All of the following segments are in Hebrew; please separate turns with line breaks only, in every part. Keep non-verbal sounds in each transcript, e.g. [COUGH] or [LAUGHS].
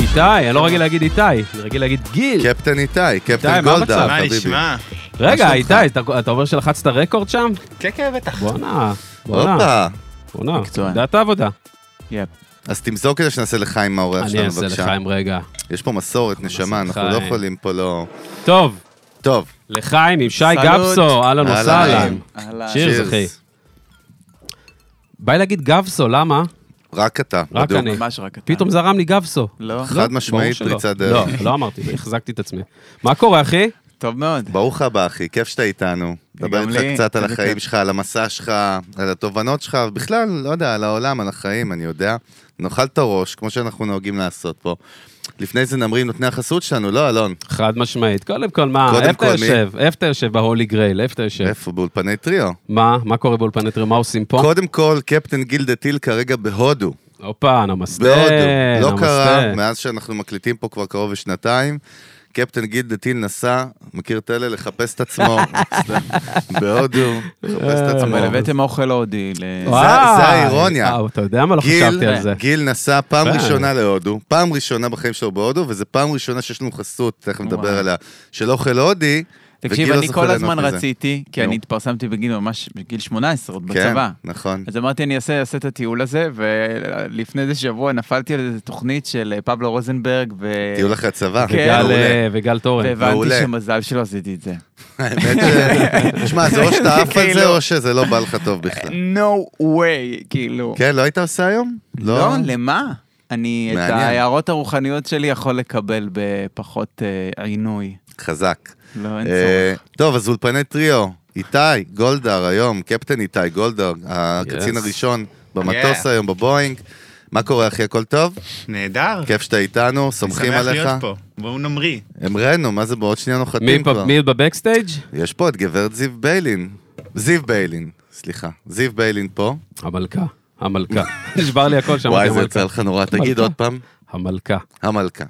איתי, אני לא רגיל להגיד איתי, אני רגיל להגיד גיל.
קפטן איתי,
איתי,
קפטן
מה
גולדה,
המצב?
מה
חביבי.
נשמע?
רגע,
כן, שלומך?
איתי, אתה- אתה אומר שלחצת רקורד שם?
כן, כן, בטח.
בואנה, בואנה,
הופה,
בואנה.
מקצוען.
דעת העבודה.
יפ.
אז תמסור כדי שנעשה לחיים מהאורח
אני
שלנו,
אעשה לך
בבקשה.
עם רגע.
יש פה מסורת, נשמה,
נעשה
אנחנו לא
לחיים.
יכולים פה לא...
טוב,
טוב,
לחיים עם שי
סלוט.
גבסו, אהלן
אהלן.
וסהלן.
אהלן.
שיר.
cheers.
אחי. בא לי להגיד גבסו, למה?
רק אתה,
רק
בדוק.
אני.
ממש רק אתה.
פתאום זרם לי גבסו.
לא.
חד משמעית
ברור שלא.
פריצת דרך.
לא, לא אמרתי, החזקתי את עצמי. מה קורה, אחי?
טוב מאוד.
ברוך הבא, אחי, כיף שאתה איתנו. דבר
גם
איתך
לי,
קצת על
איזה
החיים
כיף.
שלך, על המסע שלך, על התובנות שלך, ובכלל, לא יודע, על העולם, על החיים, אני יודע. נאכל את הראש, כמו שאנחנו נוהגים לעשות פה. לפני זה נמרים נותני החסות שלנו, לא, אלון?
חד משמעית. קודם כל, מה,
קודם
איפה אתה
כל, מי?
יושב? איפה אתה יושב בהולי גרייל? איפה אתה יושב?
איפה? באולפני טריו.
מה? מה קורה באולפני טרי? מה עושים כן. פה?
קודם כל, קפטן גילדה טיל כרגע בהודו.
הופה, נמסטה,
בהודו. לא קרה,
נמסטה.
מאז שאנחנו מקליטים פה כבר קרוב לשנתיים. קפטן גילדה טיל נסע, מכיר את אלה? לחפש את
[LAUGHS]
עצמו. בהודו, לחפש את עצמו.
אבל הבאתם אוכל הודי. ל-
וואי. זה האירוניה.
אה, אתה יודע מה? לא
גיל-
חשבתי על זה.
גיל נסע פעם
כן.
ראשונה להודו, פעם ראשונה בחיים שלו בהודו, וזו פעם ראשונה שיש לנו חסות, תכף נדבר
וואי.
עליה, של אוכל הודי.
תקשיב,
וגיל לא
אני
זוכה
כל
ליהנות
הזמן
מזה.
רציתי, כי
נו.
אני התפרסמתי בגיל ממש, בגיל 18, עוד
כן,
בצבא.
נכון.
אז אה, אמרתי, אני אעשה, אעשה את הטיול הזה, ולפני איזה שבוע נפלתי על איזו תוכנית של אה, פבלו רוזנברג, ו...
טיול אחרי הצבא.
כן.
גל,
מעולה.
[LAUGHS]
אה, וגל תורן.
והבנתי
מעולה.
שמזל שלא עשיתי את זה.
האמת ש... תשמע, זה או שאתה עף על זה,
כאילו- אה,
או שזה לא בא לך טוב בכלל.
No way, כאילו.
כן, לא היית עושה היום?
לא, למה? אני את
מעניין.
ההערות הרוחניות שלי יכול לקבל בפחות אה, עינוי.
חזק.
לא, אין
אה,
צורך.
טוב, אז אולפני טריו, איתי גולדהר היום, קפטן איתי גולדהר, הקצין
Yes.
הראשון במטוס
Yeah.
היום, בבואינג. מה קורה, אחי? הכל טוב?
נהדר.
כיף שאתה איתנו,
אני
סומכים
שמח
עליך.
להיות פה. בואו נמריא.
אמרנו, מה זה בעוד שנייה נוחתים
מי פה-
כבר?
מי בבקסטייג'?
יש פה את גברת זיו ביילין. זיו ביילין, סליחה. זיו ביילין פה.
המלכה.
[LAUGHS]
המלכה. נשבר לי הכל שם.
וואי,
אמרתי,
זה
המלכה.
יצא לך נורא. תגיד עוד פעם,
המלכה.
המלכה.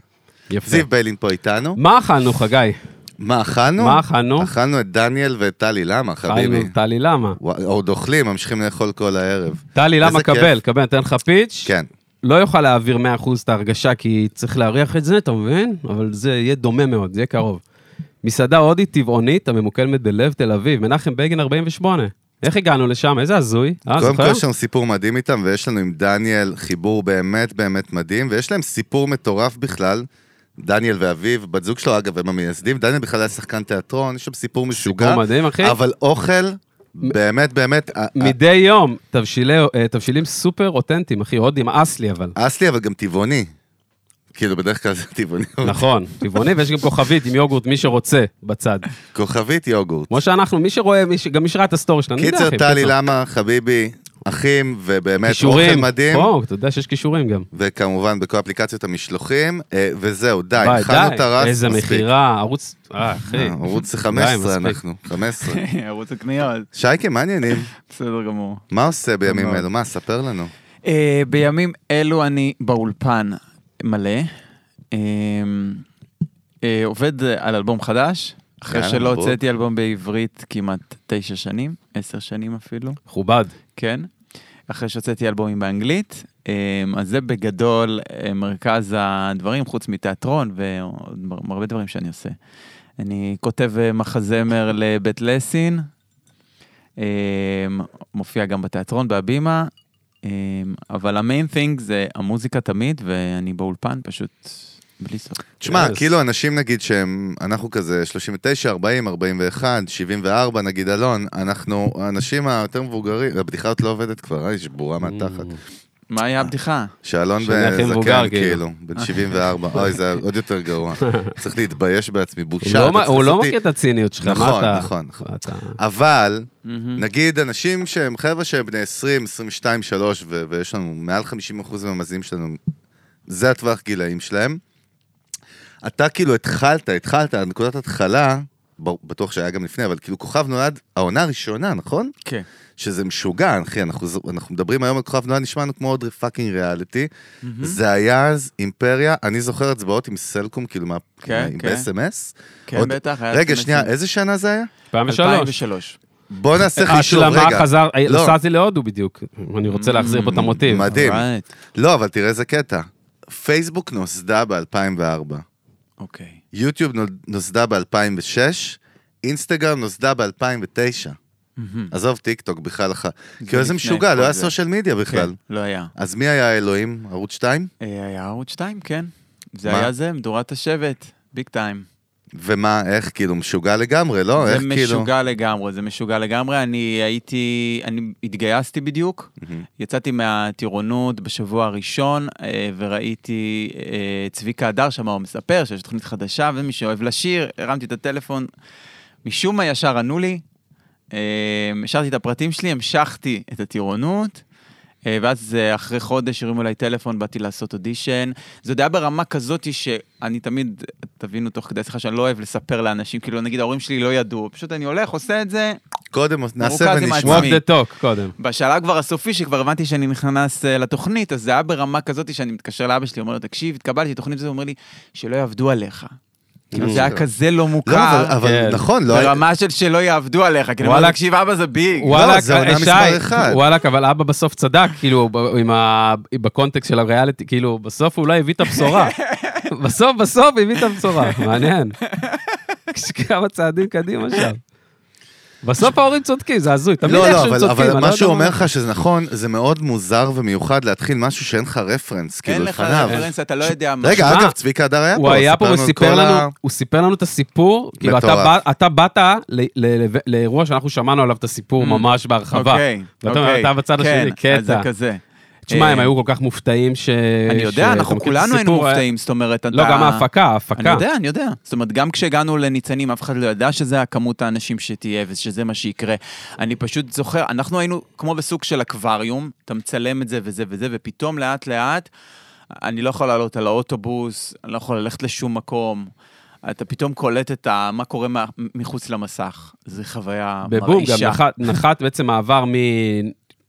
יפה.
זיו ביילין פה איתנו.
מה אכלנו, חגי?
מה אכלנו?
מה אכלנו?
אכלנו את דניאל ואת טלי, למה,
אכלנו
חביבי?
טלי למה.
וואי, עוד אוכלים, ממשיכים לאכול כל הערב.
טלי למה,
איזה כיף.
קבל, קבל, נותן לך פיץ'.
כן.
לא יוכל להעביר 100% את ההרגשה, כי צריך להריח את זה, אתה מבין? אבל זה יהיה דומה מאוד, זה יהיה קרוב. מסעדה הודית טבעונית הממוקמת בלב תל אביב, מנחם בגין 48. איך הגענו לשם? איזה הזוי. אה,
קודם
זוכר?
כל יש לנו סיפור מדהים איתם, ויש לנו עם דניאל חיבור באמת באמת מדהים, ויש להם סיפור מטורף בכלל. דניאל ואביו, בת זוג שלו אגב, הם המייסדים, דניאל בכלל היה שחקן תיאטרון, יש שם סיפור משוגע.
סיפור מדהים, אחי.
אבל אוכל, באמת באמת, אה, א- א-
מדי יום, תבשילי, אה, תבשילים סופר אותנטיים, אחי, הודים, אסלי אבל.
אה, אסלי אבל גם טבעוני. כאילו בדרך כלל זה טבעוני.
נכון, טבעוני, ויש גם כוכבית עם יוגורט, מי שרוצה, בצד.
כוכבית יוגורט.
כמו שאנחנו, מי שרואה, מי ש... גם מי שראה את הסטורי שלנו, אני יודע,
קיצר
אחי,
טלי,
קיצר.
למה חביבי, אחים, ובאמת אוכל
כישורים.
מדהים. אה,
או, אתה יודע שיש כישורים גם.
וכמובן בכל אפליקציות המשלוחים, אה, וזהו, די,
וואי,
התחלנו
די,
את הרס,
איזה
מספיק.
מכירה, ערוץ... אה, אחי.
אה, ערוץ
די,
15
מספיק.
אנחנו, 15.
[LAUGHS] ערוץ הקניות,
שייקה, מה העניינים?
בסדר גמור.
מה עושה בימים
מאוד.
אלו? מה, ספר לנו.
אה, בימים אלו אני באולפן מלא. אה, אה, עובד אה, על אלבום חדש, אחרי
יאללה,
שלא
מברוק.
הוצאתי אלבום בעברית כמעט תשע שנים, עשר שנים אפילו,
מכובד.
כן. אחרי שהוצאתי אלבומים באנגלית. אה, אז זה בגדול אה, מרכז הדברים, חוץ מתיאטרון והרבה דברים שאני עושה. אני כותב אה, מחזמר לבית לסין, אה, מופיע גם בתיאטרון, בהבימה, אה, אבל המיין תינג זה המוזיקה תמיד, ואני באולפן פשוט בלי סוף.
תשמע,
Yes.
כאילו אנשים נגיד שהם, אנחנו כזה 39, 40, 41, 74, נגיד אלון, אנחנו, האנשים היותר מבוגרים, הבדיחה עוד לא עובדת כבר, אה, היא שבורה
Mm.
מהתחת.
מה היה הבדיחה?
שאלון
שאני הכי מבוגר,
זקן
כאילו.
כאילו, בן 74, אוי, זה עוד יותר גרוע. צריך להתבייש בעצמי,
הוא
בושה.
לא
אתה
מ-
צריך
הוא לא
לעשות לי-
מכיר את הציניות שלך, מה
נכון,
אתה...
נכון, נכון.
מה אתה-
אבל,
מהמם.
נגיד אנשים שהם חבר'ה שהם בני 20, 22, 3, ו- ויש לנו מעל 50% מהמאזינים שלנו, זה הטווח גילאים שלהם. אתה כאילו התחלת, התחלת, נקודת התחלה, בר- בטוח שהיה גם לפני, אבל כאילו כוכב נולד, העונה הראשונה, נכון?
כן.
שזה משוגע, אחי, אנחנו, זו- אנחנו מדברים היום על כוכב נולד, נשמע לנו כמו עוד פאקינג ריאליטי. זה היה אז אימפריה, אני זוכר הצבעות עם סלקום, כאילו, מה,
כן,
עם
כן.
ב-SMS.
כן,
עוד-
בטח. היה
רגע,
SMS.
שנייה, אה, איזה שנה זה היה?
2003.
2003.
בוא נעשה חישוב, רגע.
השלמה חזר, אה,
לא.
נסעתי להודו בדיוק. אני רוצה להחזיר פה את המוטיב.
מדהים.
Alright.
לא, אבל תראה איזה קטע. פייסבוק נוסדה ב-2004,
אוקיי.
יוטיוב נול- נוסדה ב-2006, אינסטגרם נוסדה ב-2009.
מהמם.
עזוב טיק טוק בכלל, אח-
זה
כאילו איזה
לפני
משוגע,
כל
לא היה
זה.
סושיאל מדיה בכלל.
כן, לא היה.
אז מי היה האלוהים? ערוץ 2?
אה, היה ערוץ 2, כן. זה
מה?
היה זה, מדורת השבט, ביג טיים.
ומה, איך, כאילו, משוגע לגמרי, לא?
זה
איך כאילו...
משוגע לגמרי, זה משוגע לגמרי. אני הייתי, אני התגייסתי בדיוק,
מהמם.
יצאתי מהטירונות בשבוע הראשון, אה, וראיתי אה, צביקה הדר שם, הוא מספר שיש תוכנית חדשה, ומי שאוהב לשיר, הרמתי את הטלפון. משום מה ישר ענו לי, אה, השארתי את הפרטים שלי, המשכתי את הטירונות. אה, ואז אה, אחרי חודש הרימו אליי טלפון, באתי לעשות אודישן. זה עוד היה ברמה כזאת שאני תמיד, תבינו תוך כדי שיחה שאני לא אוהב לספר לאנשים, כאילו נגיד ההורים שלי לא ידעו, פשוט אני הולך, עושה את זה,
קודם נעשה
מרוכז עם
ונשמע.
walk
עצמי.
the talk קודם.
בשלב כבר הסופי, שכבר הבנתי שאני נכנס אה, לתוכנית, אז זה היה ברמה כזאת שאני מתקשר לאבא שלי, אומר לו, תקשיב, התקבלתי לתוכנית הזאת, הוא אומר לי, שלא יעבדו עליך. כאילו, זה היה כזה לא
לא,
מוכר,
אבל- אבל
כן.
נכון, לא היה...
ברמה של שלא יעבדו עליך, כאילו,
וואלה.
וואלה, תקשיב, אבא זה ביג.
וואלכ,
לא,
אה,
זה עונה
שי,
מספר אחד.
וואלכ, אבל אבא בסוף צדק, כאילו, ב- עם ה... בקונטקסט של הריאליטי, כאילו, בסוף אולי הביא את
[LAUGHS]
הבשורה. בסוף, בסוף הביא את הבשורה, מעניין. יש כמה צעדים קדימה שם. בסוף ההורים צודקים, זה הזוי, תמיד
לא,
איכשהו
לא,
הם
אבל,
צודקים.
אבל
אני
מה
לא
שהוא
יודע
אומר לך שזה נכון, זה מאוד מוזר ומיוחד להתחיל משהו שאין לך רפרנס,
אין
כאילו,
לך
לפניו.
רפרנס, אתה לא יודע מה.
רגע,
שמע,
אגב, צביקה הדר היה פה,
הוא היה פה, הוא
סיפרנו את כל
סיפר
ה-
לנו, הוא סיפר לנו את הסיפור, כאילו אתה
מטורף.
בא- אתה באת ל- ל- ל- לאירוע שאנחנו שמענו עליו את
Mm.
הסיפור ממש בהרחבה.
אוקיי,
ואתה אומר,
אוקיי.
אתה בצד השני,
כן, אז זה
קטע.
כזה.
תשמע, הם
אה,
היו כל כך מופתעים ש...
אני יודע,
ש-
אנחנו
אתה מכיר את
כולנו היינו
הסיפור? אה?
מופתעים, זאת אומרת, אתה...
לא, גם ההפקה,
אני
ההפקה.
יודע, אני יודע. זאת אומרת, גם כשהגענו לניצנים, אף אחד לא ידע שזה הכמות האנשים שתהיה ושזה מה שיקרה. אני פשוט זוכר, אנחנו היינו כמו בסוג של אקווריום, אתה מצלם את זה וזה וזה, ופתאום לאט-לאט, אני לא יכול לעלות על האוטובוס, אני לא יכול ללכת לשום מקום. אתה פתאום קולט את ה... מה קורה מה- מחוץ למסך. זו חוויה מרעישה.
בבום, גם נחת- נחת בעצם מעבר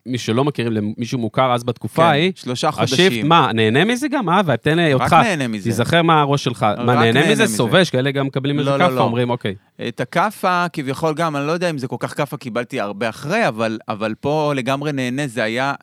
ממי שלא מכירים למישהו מוכר אז בתקופה
כן,
ההיא.
שלושה
השיפט,
חודשים.
מה, נהנה מזה גם? אה, ותן לי אותך.
רק נהנה מזה.
תיזכר מה הראש שלך. מה, נהנה
נהנה
מזה?
מזה.
סובש, כאלה גם מקבלים איזה
לא, לא,
כאפה,
לא.
אומרים, אוקיי.
את הכאפה, כביכול גם, אני לא יודע אם זה כל כך כאפה, קיבלתי הרבה אחרי, אבל, אבל פה לגמרי נהנה, זה היה...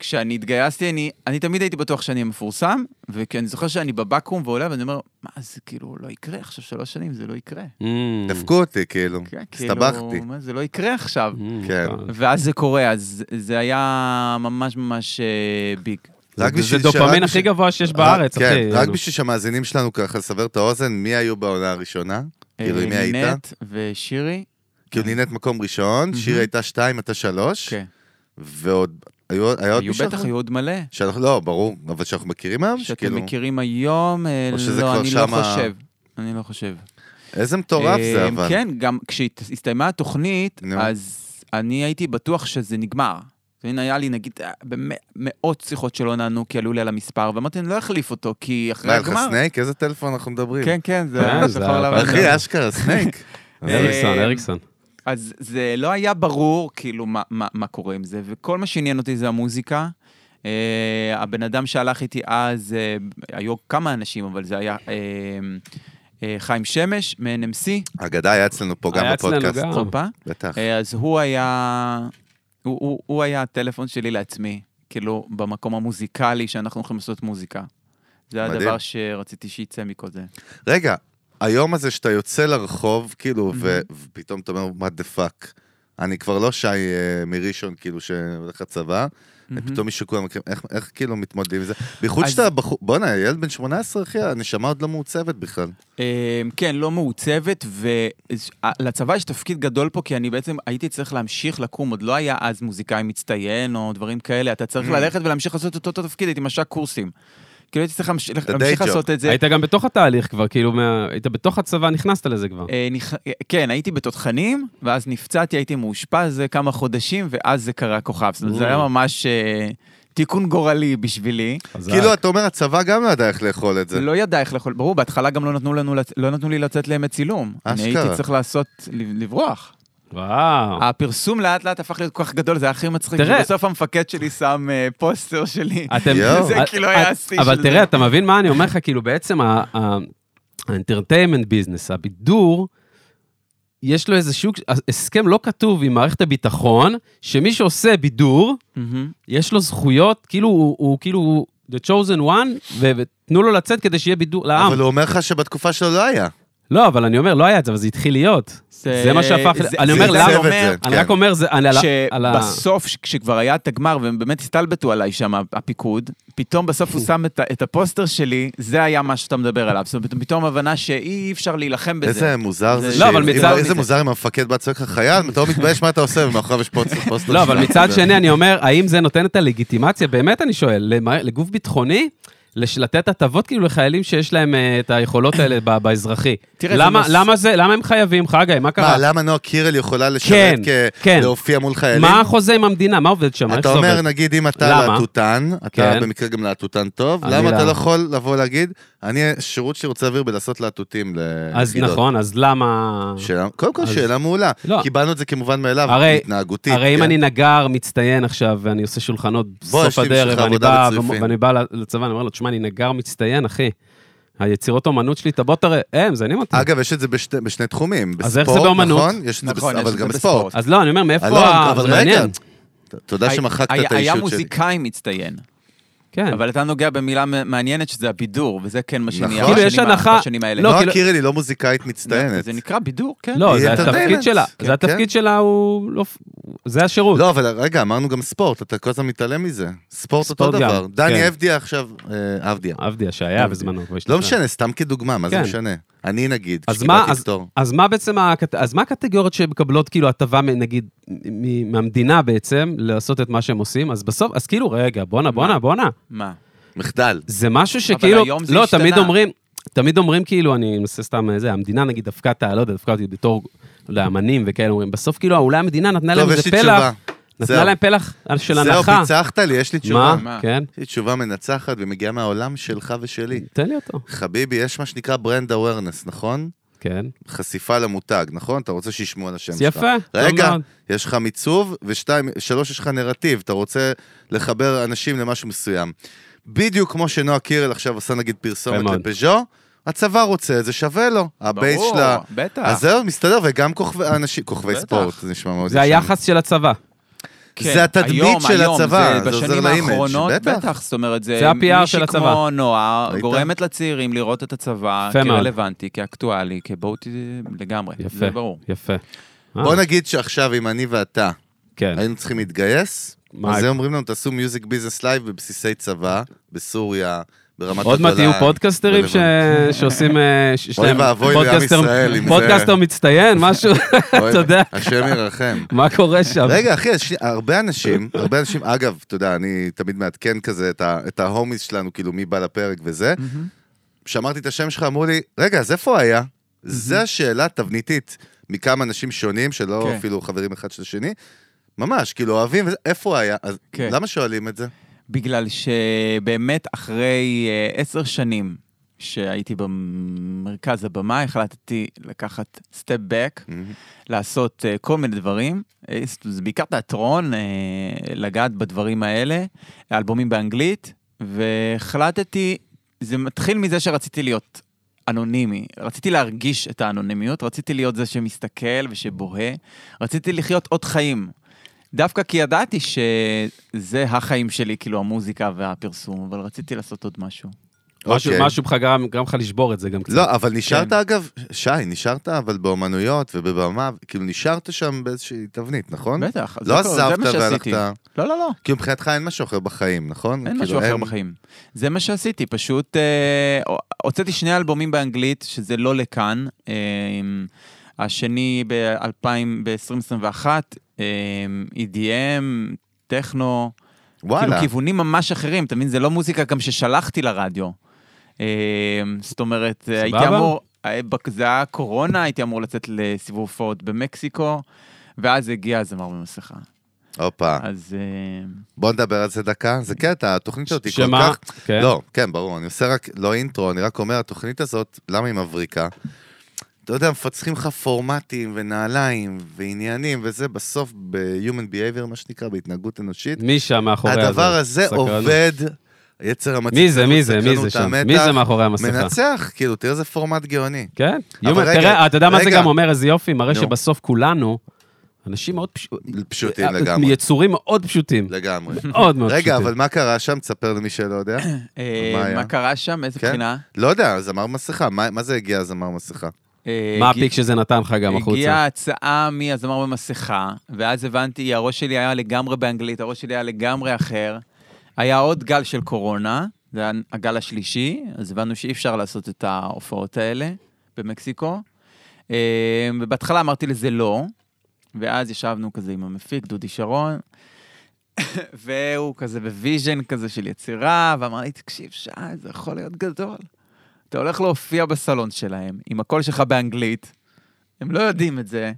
כשאני התגייסתי, אני, אני תמיד הייתי בטוח שאני מפורסם, וכי אני זוכר שאני בבקו"ם ועולה, ואני אומר, מה, זה כאילו לא יקרה, עכשיו שלוש שנים זה לא יקרה.
Mm.
דפקו אותי, כאילו,
כן, כאילו,
הסתבכתי.
מה, זה לא יקרה עכשיו.
Mm,
כן.
טוב.
ואז זה קורה, אז זה היה ממש ממש אה, ביג.
רק
זה
בשביל ש- רק
דופמין הכי
בשביל-
גבוה שיש
אה,
רק-
בארץ, אחי.
כן, רק
יענו.
בשביל שהמאזינים שלנו ככה לסבר את האוזן, מי היו בעונה הראשונה? כאילו,
אה,
עם מי היית?
נינט ושירי.
כאילו,
כן.
נינט מקום ראשון, שיר הייתה שתיים, אתה שלוש,
כן.
ועוד... היו היה עוד
היו
מישהו?
בטח,
אחר?
היו עוד מלא.
שאנחנו, לא, ברור, אבל שאנחנו מכירים היום,
שאתם
שכאילו,
מכירים היום, אה,
או שזה
לא,
כבר
אני לא
שמה-
חושב. אני לא חושב.
איזה מטורף זה
אה,
אבל.
כן, גם כשהסתיימה התוכנית,
נו.
אז אני הייתי בטוח שזה נגמר. אתה מבין, היה לי נגיד אה, במא- מאות שיחות שלא נענו כי עלו לי על המספר, ואמרתי, אני לא אחליף אותו, כי אחרי
מה, היה לך
הגמר...
סנייק? איזה טלפון אנחנו מדברים?
כן, כן, זה
כן,
היה
זה
שחור
היה
לבן.
פחד.
אחי, אשכרה, סנייק.
[LAUGHS] אריקסון,
אה,
אריקסון.
אז זה לא היה ברור, כאילו, מה, מה, מה קורה עם זה, וכל מה שעניין אותי זה המוזיקה. Uh, הבן אדם שהלך איתי אז, uh, היו כמה אנשים, אבל זה היה uh, uh, חיים שמש, מ-NMC,
אגדה היה אצלנו פה גם
היה אצלנו
בפודקאסט.
גם.
חופה.
בטח.
אה, אז הוא היה, הוא, הוא, הוא היה הטלפון שלי לעצמי, כאילו, במקום המוזיקלי שאנחנו הולכים לעשות מוזיקה. זה
מדהים.
הדבר שרציתי שיצא מכל זה.
רגע, היום הזה שאתה יוצא לרחוב, כאילו, ו- ופתאום אתה אומר, מה דה פאק? אני כבר לא שי אה, מראשון, כאילו, שהולך לצבא, ופתאום מישהו כולם מכירים, איך- איך כאילו מתמודדים עם זה? בייחוד
אז-
שאתה בחור, בואנה, ילד בן 18, אחי, הנשמה עוד לא מעוצבת בכלל.
אה, כן, לא מעוצבת, ולצבא יש תפקיד גדול פה, כי אני בעצם הייתי צריך להמשיך לקום, עוד לא היה אז מוזיקאי מצטיין או דברים כאלה, אתה צריך ללכת ולהמשיך לעשות את אותו תפקיד, הייתי מש"ק קורסים. כאילו הייתי צריך להמש-
day
להמשיך
job.
לעשות את זה.
היית גם בתוך התהליך כבר, כאילו, מה- היית בתוך הצבא, נכנסת לזה כבר.
אה, נכ... אה, כן, הייתי בתותחנים, ואז נפצעתי, הייתי מאושפז אה, כמה חודשים, ואז זה קרה כוכב. זאת אומרת, זה היה
אוו.
ממש אה, תיקון גורלי בשבילי.
חזק.
כאילו, אתה אומר, הצבא גם לא ידע איך לאכול את זה.
לא ידע איך לאכול, ברור, בהתחלה גם לא נתנו, לנו, לצ- לא נתנו לי לצאת לימי צילום. אני
אשכרה.
הייתי צריך לעשות, לב- לברוח.
וואו.
הפרסום לאט לאט הפך להיות כל כך גדול, זה היה הכי מצחיק.
תראה.
בסוף המפקד שלי שם אה, פוסטר שלי.
אתם...
יואו.
זה
את-
כאילו היה
את-
השיא של
אבל
זה.
תראה, אתה מבין מה אני אומר לך? כאילו, בעצם ה- ה- ה-entertainment business, הבידור, יש לו איזה שוק, הסכם לא כתוב עם מערכת הביטחון, שמי שעושה בידור,
מהמם.
יש לו זכויות, כאילו, הוא, הוא כאילו, The Chosen One, ו- ותנו לו לצאת כדי שיהיה בידור לעם.
אבל הוא אומר לך שבתקופה שלו לא היה.
לא, אבל אני אומר, לא היה את זה, אבל זה התחיל להיות. זה מה שהפך, אני אומר,
זה
למה?
עיצב את זה,
אני
כן.
רק אומר, זה, אני על ה- על ה...
שבסוף, ש- כשכבר היה את הגמר, והם באמת הסתלבטו עליי שם, הפיקוד, פתאום בסוף
[LAUGHS]
הוא שם את ה- את הפוסטר שלי, זה היה מה שאתה מדבר עליו. זאת אומרת, פתאום הבנה שאי אפשר להילחם בזה.
איזה מוזר זה
זה-
ש...
לא, אבל מצד-
איזה מזל אם המפקד בא צועק לך חייל, אתה לא מתבייש מה אתה עושה, ומאחוריו יש פוסט- פוסטר.
לא, אבל
שלך. [LAUGHS]
מצד שני, אני אומר, האם זה נותן את הלגיטימציה? באמת, אני שואל, למע- לגוף ביטחוני? לש- לתת הטבות כאילו לחיילים שיש להם אה, את היכולות
[COUGHS]
האלה ב- באזרחי.
תראה, זה
למה-
מס-
למה זה, למה הם חייבים, חגי, מה
מה,
קרה?
למה נועה קירל יכולה לשרת
כן,
כ...
כן.
להופיע מול חיילים?
מה החוזה עם המדינה? מה עובד שם? איך
אתה
זה עובד?
אומר, נגיד, אם אתה
למה?
להטוטן, אתה
כן.
במקרה גם להטוטן טוב,
אני
למה אתה
לא.
לא יכול לבוא להגיד, אני, שירות שלי רוצה להעביר בלעשות להטוטים
אז
ליחידות"?
נכון, אז למה...
שאלה- קודם כל,
אז-
שאלה מעולה.
לא.
קיבלנו את זה כמובן מאליו,
הרי-
התנהגותית.
הרי אם
כן.
אני נגר מצטיין עכשיו, ואני עושה שולחנות
יש
בסוף
לי בשבילך
הדרך, ואני
עבודה
בא,
בצריפין.
ואני בא לצבא, אני אומר לו, תשמע, אני נגר מצטיין, אחי. היצירות אומנות שלי, אתה בוא תראה, הם, מזיינים אותי.
אגב, יש את זה בשתי- בשני תחומים.
אז איך זה
בספורט,
באמנות?
נכון? יש את זה
נכון,
בס-
יש
אבל
את
גם
זה
בספורט.
בספורט.
אז לא, אני אומר, מאיפה
אלון,
ה...
אבל
זה
רגע,
מעניין.
תודה שמחקת
היה-
את
היה
האישות שלי.
מוזיקאי מצטיין,
כן.
אבל אתה נוגע במילה מ- מעניינת שזה הבידור, וזה כן מה שנהיה
נכון. כאילו,
יש
בשנים ה-
הנחה-
בשנים האלה.
לא,
נועה
כאילו-
קירל היא לא מוזיקאית מצטיינת.
זה נקרא בידור, כן.
לא,
היא
זה
entertainment.
התפקיד שלה.
כן,
זה התפקיד שלה, הוא לא... זה השירות.
לא, אבל רגע, אמרנו גם ספורט, אתה כל הזמן מתעלם מזה. ספורט אותו
ספורט גם,
דבר. דני
כן.
אבדיה עכשיו, אה, אבדיה.
עבדיה, שהיה בזמנו. כבר
לא
השתחרר.
משנה, סתם כדוגמה, מה זה
כן.
משנה? אני נגיד,
אז מה,
כשקיבלתי
אז,
פטור.
אז מה בעצם, הקט... אז מה הקטגוריות שמקבלות כאילו הטבה, מ- נגיד, מ... מהמדינה בעצם, לעשות את מה שהם עושים? אז בסוף, אז כאילו, רגע, בואנה, בואנה, בואנה.
מה?
מחדל.
זה משהו שכאילו,
היום זה
לא,
השתנה.
תמיד אומרים, תמיד אומרים כאילו, אני מנסה סתם, אה, זה, המדינה נגיד דפקה את ה... לא יודע, דפקה אותי בתור, לא יודע, אמנים וכאלה אומרים, בסוף כאילו, אולי המדינה נתנה
טוב,
להם
יש
איזה
לי תשובה.
פלח, נתנה
זהו.
להם פלח של
זהו,
הנחה.
פיצחת לי, יש לי תשובה.
מה?
מה?
כן,
יש לי תשובה מנצחת ומגיעה מהעולם שלך ושלי.
תן לי אותו.
חביבי, יש מה שנקרא ברנד אווירנס, נכון?
כן.
חשיפה למותג, נכון? אתה רוצה שישמעו על השם
אז
שלך.
יפה, טוב
רגע,
מאוד.
יש לך מיצוב, ושתיים, שלוש, יש לך נרטיב, אתה רוצה לחבר אנשים למשהו מסוים. בדיוק כמו שנועה קירל עכשיו עושה נגיד פרסומת
יפה מאוד.
לפז'ו, הצבא רוצה את זה, שווה לו. הבייס
ברור,
שלה...
בטח.
אז זהו, מסתדר, וגם כוכבי אנשים, כוכבי
בטח.
ספורט, זה נשמע מאוד
זה
ישן.
היחס של הצבא.
כן,
זה התדמית
היום,
של
היום,
הצבא, זה עוזר
בשנים
לאימג',
האחרונות,
בטח.
בטח, זאת אומרת, זה,
זה ה-PR של
מישהי
הצבא.
כמו נועה
ראית?
גורמת לצעירים לראות את הצבא
יפה מאוד.
כרלוונטי, כאקטואלי, כבואו ת... לגמרי,
יפה.
זה ברור.
יפה. אה,
בוא נגיד שעכשיו, אם אני ואתה
כן.
היינו צריכים להתגייס,
מה?
אז הם אומרים לנו, תעשו מיוזיק ביזנס לייב בבסיסי צבא, בסוריה, ברמת הגולן.
עוד מעט יהיו פודקסטרים ש-
בלבנון.
שעושים... אה, ש- שלהם
ואבוי לעם
פודקסטר-
ישראל אם זה-
פודקאסטר מצטיין,
[LAUGHS]
משהו,
אוי,
אתה יודע,
השם ירחם.
מה קורה שם.
רגע, אחי, יש לי הרבה אנשים, הרבה אנשים, אגב, אתה יודע, אני תמיד מעדכן כזה את ה- את ההומיס שלנו, כאילו, מי בא לפרק וזה. כשאמרתי את השם שלך, אמרו לי, רגע, אז איפה היה? זו השאלה תבניתית מכמה אנשים שונים, שלא
כן.
אפילו חברים אחד של השני. ממש, כאילו, אוהבים, וזה, איפה היה? אז
כן.
למה שואלים את זה?
בגלל שבאמת אחרי אה, עשר שנים שהייתי במרכז הבמה, החלטתי לקחת סטפ בק, לעשות אה, כל מיני דברים, אה, זה בעיקר תיאטרון, אה, לגעת בדברים האלה, אלבומים באנגלית, והחלטתי, זה מתחיל מזה שרציתי להיות אנונימי, רציתי להרגיש את האנונימיות, רציתי להיות זה שמסתכל ושבוהה, רציתי לחיות עוד חיים. דווקא כי ידעתי שזה החיים שלי, כאילו המוזיקה והפרסום, אבל רציתי לעשות עוד משהו.
משהו-
אוקיי.
משהו בך גרם גרם לך לשבור את זה גם קצת.
לא, אבל נשארת
כן.
אגב, שי, נשארת אבל באומנויות ובבמה, כאילו נשארת שם באיזושהי תבנית, נכון?
בטח, אז
לא
זה כל- זה
עזבת
מה
והלכת...
שעשיתי. לא, לא, לא.
כאילו מבחינתך אין משהו אחר בחיים, נכון?
אין
כאילו,
משהו אחר בחיים. זה מה שעשיתי, פשוט אה, הוצאתי שני אלבומים באנגלית, שזה לא לכאן. אה, השני ב-2021, אה, EDM, טכנו, כאילו
וואלה,
כיוונים ממש אחרים, אתה מבין? זה לא מוזיקה גם ששלחתי לרדיו. אה, זאת אומרת, אה, הייתי
סבבה?
אמור, אה, בק- זה היה קורונה, הייתי אמור לצאת לסיבוב הופעות במקסיקו, ואז הגיע הזמר במסכה.
הופה.
אז... אה,
בוא נדבר על זה דקה. זה קטע, התוכנית הזאת היא כל
שמה?
כך...
כן.
לא, כן, ברור, אני עושה רק, לא אינטרו, אני רק אומר, התוכנית הזאת, למה היא מבריקה? אתה יודע, מפצחים לך פורמטים ונעליים ועניינים וזה, בסוף ב-human behavior, מה שנקרא, בהתנהגות אנושית.
מי שם מאחורי הזה?
הדבר הזה
סקרנות.
עובד, יצר המצב,
מי זה, מי זה, מי זה שם? מי זה מאחורי המסכה?
מנצח, כאילו, תראה איזה פורמט גאוני.
כן?
אבל
יומן,
רגע,
תראה, אתה יודע מה זה
רגע.
גם אומר? איזה יופי, מראה
נו.
שבסוף כולנו, אנשים מאוד פשוטים.
פשוטים לגמרי.
יצורים מאוד פשוטים.
לגמרי.
מאוד אה, [LAUGHS] מאוד פשוטים.
רגע, אבל מה קרה שם? תספר למי שלא יודע.
אה,
מה היה?
מה קרה שם? איזה
כן?
בחינה?
לא יודע, זמר מסכה. מה מה זה הגיע זמר מסכה?
אה,
מה
הגיע-
הפיק שזה נתן לך גם החוצה?
הגיעה הצעה מהזמר במסכה, ואז הבנתי, הראש שלי היה לגמרי באנגלית, הראש שלי היה לגמרי אחר. היה עוד גל של קורונה, זה היה הגל השלישי, אז הבנו שאי אפשר לעשות את ההופעות האלה במקסיקו. אה, ובהתחלה אמרתי לזה לא, ואז ישבנו כזה עם המפיק, דודי שרון, [LAUGHS] והוא כזה בוויז'ן כזה של יצירה, ואמר לי, תקשיב, שי, זה יכול להיות גדול. אתה הולך להופיע בסלון שלהם, עם הקול שלך באנגלית, הם לא יודעים את זה.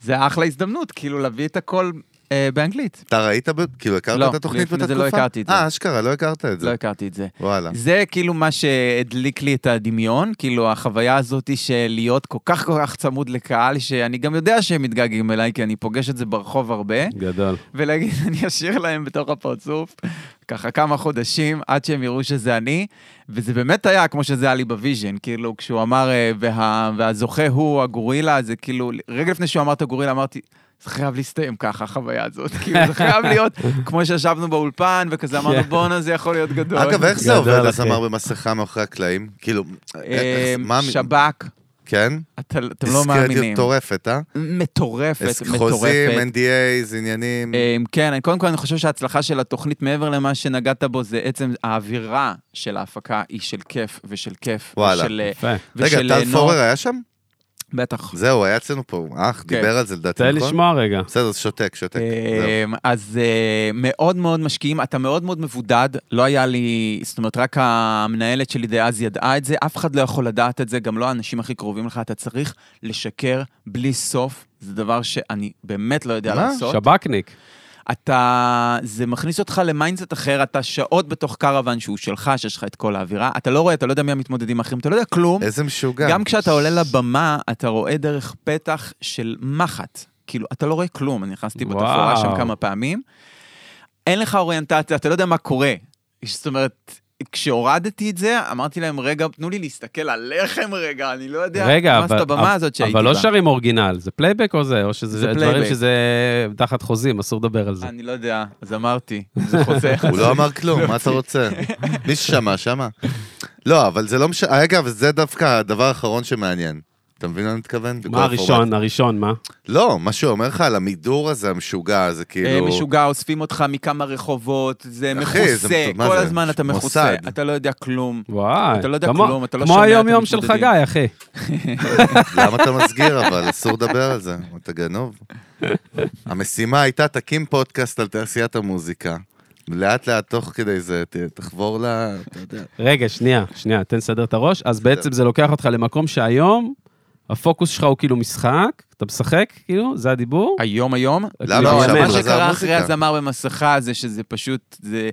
זה אחלה הזדמנות, כאילו, להביא את הקול אה, באנגלית.
אתה ראית, ב- כאילו,
לא,
הכרת את התוכנית
לפני
באותה
זה
תקופה?
לא הכרתי את זה.
אה, אשכרה, לא הכרת את
לא
זה.
הכרתי את זה.
וואלה.
זה כאילו מה שהדליק לי את הדמיון, כאילו החוויה הזאת של להיות כל כך כל כך צמוד לקהל, שאני גם יודע שהם מתגעגעים אליי, כי אני פוגש את זה ברחוב הרבה,
גדול.
אה, ולהגיד, [LAUGHS] אני אשאיר להם בתוך הפרצוף, ככה כמה חודשים, עד שהם יראו שזה אני, וזה באמת היה כמו שזה היה לי בוויז'ן, כאילו, כשהוא אמר, אה, וה, והזוכה הוא הגורילה, זה כאילו, רגע לפני שהוא אמר את הגורילה, אמרתי, זה חייב להסתיים ככה, החוויה הזאת, [LAUGHS] כאילו, זה חייב להיות, כמו שישבנו באולפן, וכזה אמרנו,
כן.
בואנה, זה יכול להיות גדול.
אגב, איך זה
גדול,
עובד,
אחי.
הזמר במסכה מאחורי הקלעים? כאילו, איך-
אמ,
מה...
שב"כ,
כן?
אתה- אתם לא
דיסקרטיות
מאמינים.
מטורפת, אה?
מטורפת,
חוזים,
מטורפת.
NDAs, עניינים.
אמ, כן, אני- קודם כל אני חושב שההצלחה של התוכנית, מעבר למה שנגעת בו, זה עצם האווירה של ההפקה היא של כיף ושל כיף.
וואלה.
ושל, אה,
יפה.
רגע,
ושל, אה,
טל
נוער-
פורר היה שם?
בטח.
זהו, היה אצלנו פה.
כן.
אח, דיבר על זה לדעתי,
תן
נכון?
לי לשמוע רגע.
בסדר, אז שותק, שותק. זהו.
אמ, אז אה, מאוד מאוד משקיעים, אתה מאוד מאוד מבודד, לא היה לי, זאת אומרת, רק המנהלת שלי דאז ידעה את זה, אף אחד לא יכול לדעת את זה, גם לא האנשים הכי קרובים לך, אתה צריך לשקר בלי סוף, זה דבר שאני באמת לא יודע
מה?
לעשות.
שב"כניק.
אתה, זה מכניס אותך למיינדסט אחר, אתה שעות בתוך קרוון שהוא שלך, שיש לך את כל האווירה, אתה לא רואה, אתה לא יודע מי המתמודדים האחרים, אתה לא יודע כלום.
אה,
איזה
כן.
משוגע.
גם כשאתה עולה לבמה, אתה רואה דרך פתח של מחט. כאילו, אתה לא רואה כלום, אני נכנסתי בתפאורה
וואו.
שם כמה פעמים. אין לך אוריינטציה, אתה לא יודע מה קורה. זאת אומרת, כשהורדתי את זה, אמרתי להם, רגע, תנו לי להסתכל עליכם רגע, אני לא יודע
רגע,
מה זאת הבמה הזאת שהייתי בה.
אבל לא שרים אורגינל, זה פלייבק או זה? או שזה
זה
דברים
פלייבק.
שזה תחת חוזים, אסור לדבר על זה.
אני לא יודע, אז אמרתי,
[LAUGHS]
זה חוזר.
הוא לא אמר כלום, מה אתה רוצה? מי ששמע, שמע. לא, אבל זה לא משנה, אגב, זה דווקא הדבר האחרון שמעניין. אתה מבין מה אני מתכוון? בכל
מה הראשון,
הפורמט.
הראשון, מה?
לא, מה שהוא אומר לך על המידור הזה, המשוגע הזה,
אה,
כאילו...
משוגע, אוספים אותך מכמה רחובות, זה
אחי,
מכוסה,
זה- מה
כל
זה?
הזמן אתה מכוסה,
מוסד.
אתה לא יודע כלום.
וואי.
אתה לא יודע
כמו-
כלום, אתה לא
כמו
שומע את
היום-יום של
המתמודדים.
חגי, אחי.
[LAUGHS] למה אתה מסגיר, אבל אסור לדבר על זה, אתה גנוב. המשימה הייתה, תקים פודקאסט על תעשיית המוזיקה. לאט לאט, תוך כדי זה, ת- תחבור ל... אתה יודע.
רגע, שנייה, שנייה, תן לסדר את הראש. אז בעצם זה לוקח אותך למקום שהיום, הפוקוס שלך הוא כאילו משחק, אתה משחק, כאילו, זה הדיבור.
היום היום,
למה?
כאילו,
לא,
אבל
מאמן.
מה
זה
שקרה אחרי
המוזיקה.
הזמר במסכה זה שזה פשוט, זה...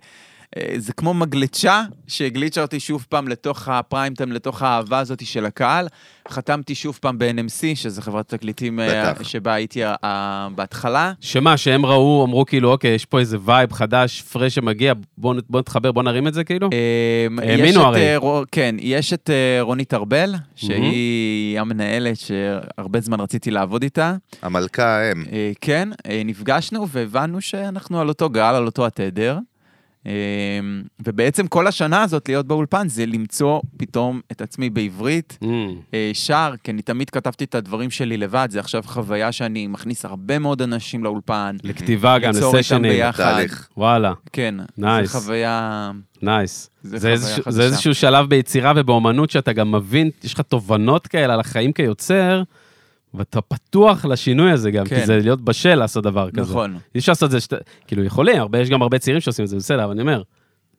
אה, זה כמו מגלצ'ה שהגליצ'ה אותי שוב פעם לתוך הפריים טיים, לתוך האהבה הזאת של הקהל. חתמתי שוב פעם ב-NMC, שזה חברת תקליטים אה,
בטח.
שבה הייתי אה, בהתחלה.
שמה, שהם ראו, אמרו כאילו, אוקיי, יש פה איזה וייב חדש, פרש שמגיע, בוא נ- בוא נתחבר, בוא נרים את זה, כאילו?
אמ,
האמינו
יש את,
הרי.
אה, רו- כן, יש את אה, רונית ארבל, שהיא המנהלת שהרבה זמן רציתי לעבוד איתה.
המלכה האם.
אה, כן, אה, נפגשנו והבנו שאנחנו על אותו גל, על אותו התדר. אמ, ובעצם כל השנה הזאת להיות באולפן זה למצוא פתאום את עצמי בעברית.
אמ,
אה, שר, כי אני תמיד כתבתי את הדברים שלי לבד, זה עכשיו חוויה שאני מכניס הרבה מאוד אנשים לאולפן.
לכתיבה גם,
ליצור איתם
לסשנים.
ביחד.
תהליך.
וואלה,
כן,
Nice.
זו חוויה...
נייס.
זה
זה
חוויה
איזשהו- זה
חדשה.
איזשהו שלב ביצירה ובאומנות שאתה גם מבין, יש לך תובנות כאלה על החיים כיוצר, ואתה פתוח לשינוי הזה גם, כי
כן.
זה להיות בשל לעשות דבר כזה.
נכון.
אי אפשר לעשות את זה, שת- כאילו יכולים, הרבה- יש גם הרבה צעירים שעושים את זה, בסדר, אבל אני אומר,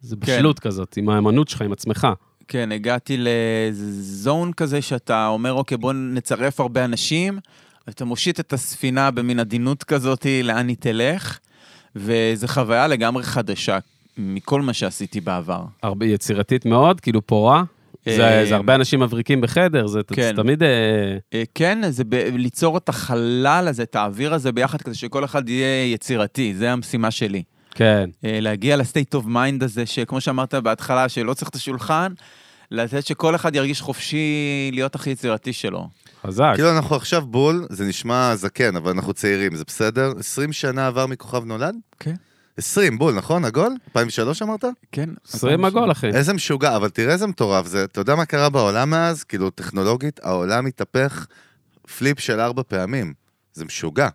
זה בשלות כזאת, עם האמנות שלך, עם עצמך.
כן, הגעתי לזון כזה שאתה אומר, אוקיי, בוא נצרף הרבה אנשים, אתה מושיט את הספינה במין עדינות כזאת, לאן היא תלך, וזו חוויה לגמרי חדשה מכל מה שעשיתי בעבר.
הרבה יצירתית מאוד, כאילו פורה. זה
אה,
זה הרבה אנשים מבריקים בחדר, זה ת-
כן.
זה תמיד... אה,
אה, כן, זה ב- ליצור את החלל הזה, את האוויר הזה ביחד, כדי שכל אחד יהיה יצירתי, זה המשימה שלי.
כן.
אה, להגיע לסטייט אוף מיינד הזה, שכמו שאמרת בהתחלה, שלא צריך את השולחן, לתת שכל אחד ירגיש חופשי להיות הכי יצירתי שלו.
חזק.
כאילו אנחנו עכשיו בול, זה נשמע זקן, אבל אנחנו צעירים, זה בסדר? 20 שנה עבר מכוכב נולד?
כן.
20, בול, נכון? עגול? 2003 אמרת?
כן.
20 עגול, אחי.
איזה משוגע, אבל תראה איזה מטורף זה. אתה יודע מה קרה בעולם מאז? כאילו, טכנולוגית, העולם התהפך פליפ של ארבע פעמים. זה משוגע.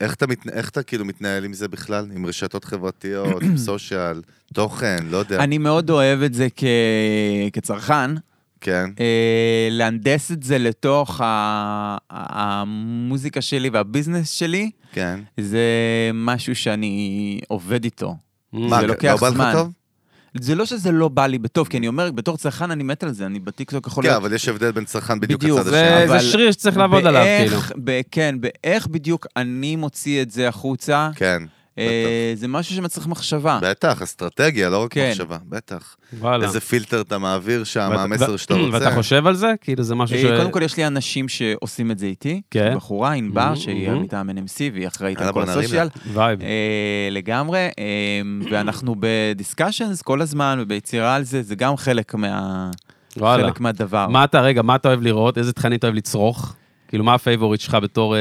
איך אתה, מת... איך אתה כאילו מתנהל עם זה בכלל? עם רשתות חברתיות,
[CLEARS THROAT]
עם סושיאל, תוכן, לא יודע.
אני מאוד אוהב את זה כ... כצרכן,
כן.
אה, להנדס את זה לתוך ה... ה- המוזיקה שלי והביזנס שלי,
כן.
זה משהו שאני עובד איתו.
מה,
זה לוקח
לא בא
זמן.
לך טוב?
זה לא שזה לא בא לי בטוב, כי אני אומר, בתור צרכן אני מת על זה, אני בטיקטוק יכול
כן,
להיות...
אבל יש הבדל בין צרכן בדיוק
בדיוק,
לצד
ו-
השני.
זה
אבל-
שריר שצריך לעבוד עליו,
באיך-
כאילו.
ב- כן, באיך בדיוק אני מוציא את זה החוצה,
כן,
אה, זה משהו שמצריך מחשבה.
[LAUGHS] בטח, אסטרטגיה, לא רק
כן.
מחשבה, בטח.
וואלה.
איזה פילטר אתה מעביר שם,
ואת-
מה המסר
ו-
שאתה רוצה.
ואתה חושב על זה? כאילו זה משהו ש...
אה, קודם כל, יש לי אנשים שעושים את זה איתי.
כן.
בחורה, ענבר,
מהמם,
שהיא
מהמם.
מטעם NMC, והיא אחראית
יאללה,
על כל
Mm-hmm, בוא נרים לה.
הסושיאל.
וייב.
אה, לגמרי, אה, ואנחנו בדיסקשנס כל הזמן, וביצירה על זה, זה גם חלק מה-
וואלה.
חלק מהדבר.
מה אתה, רגע, מה אתה אוהב לראות? איזה תכנים אתה אוהב לצרוך? כאילו, מה הפייבוריט שלך בתור... אה,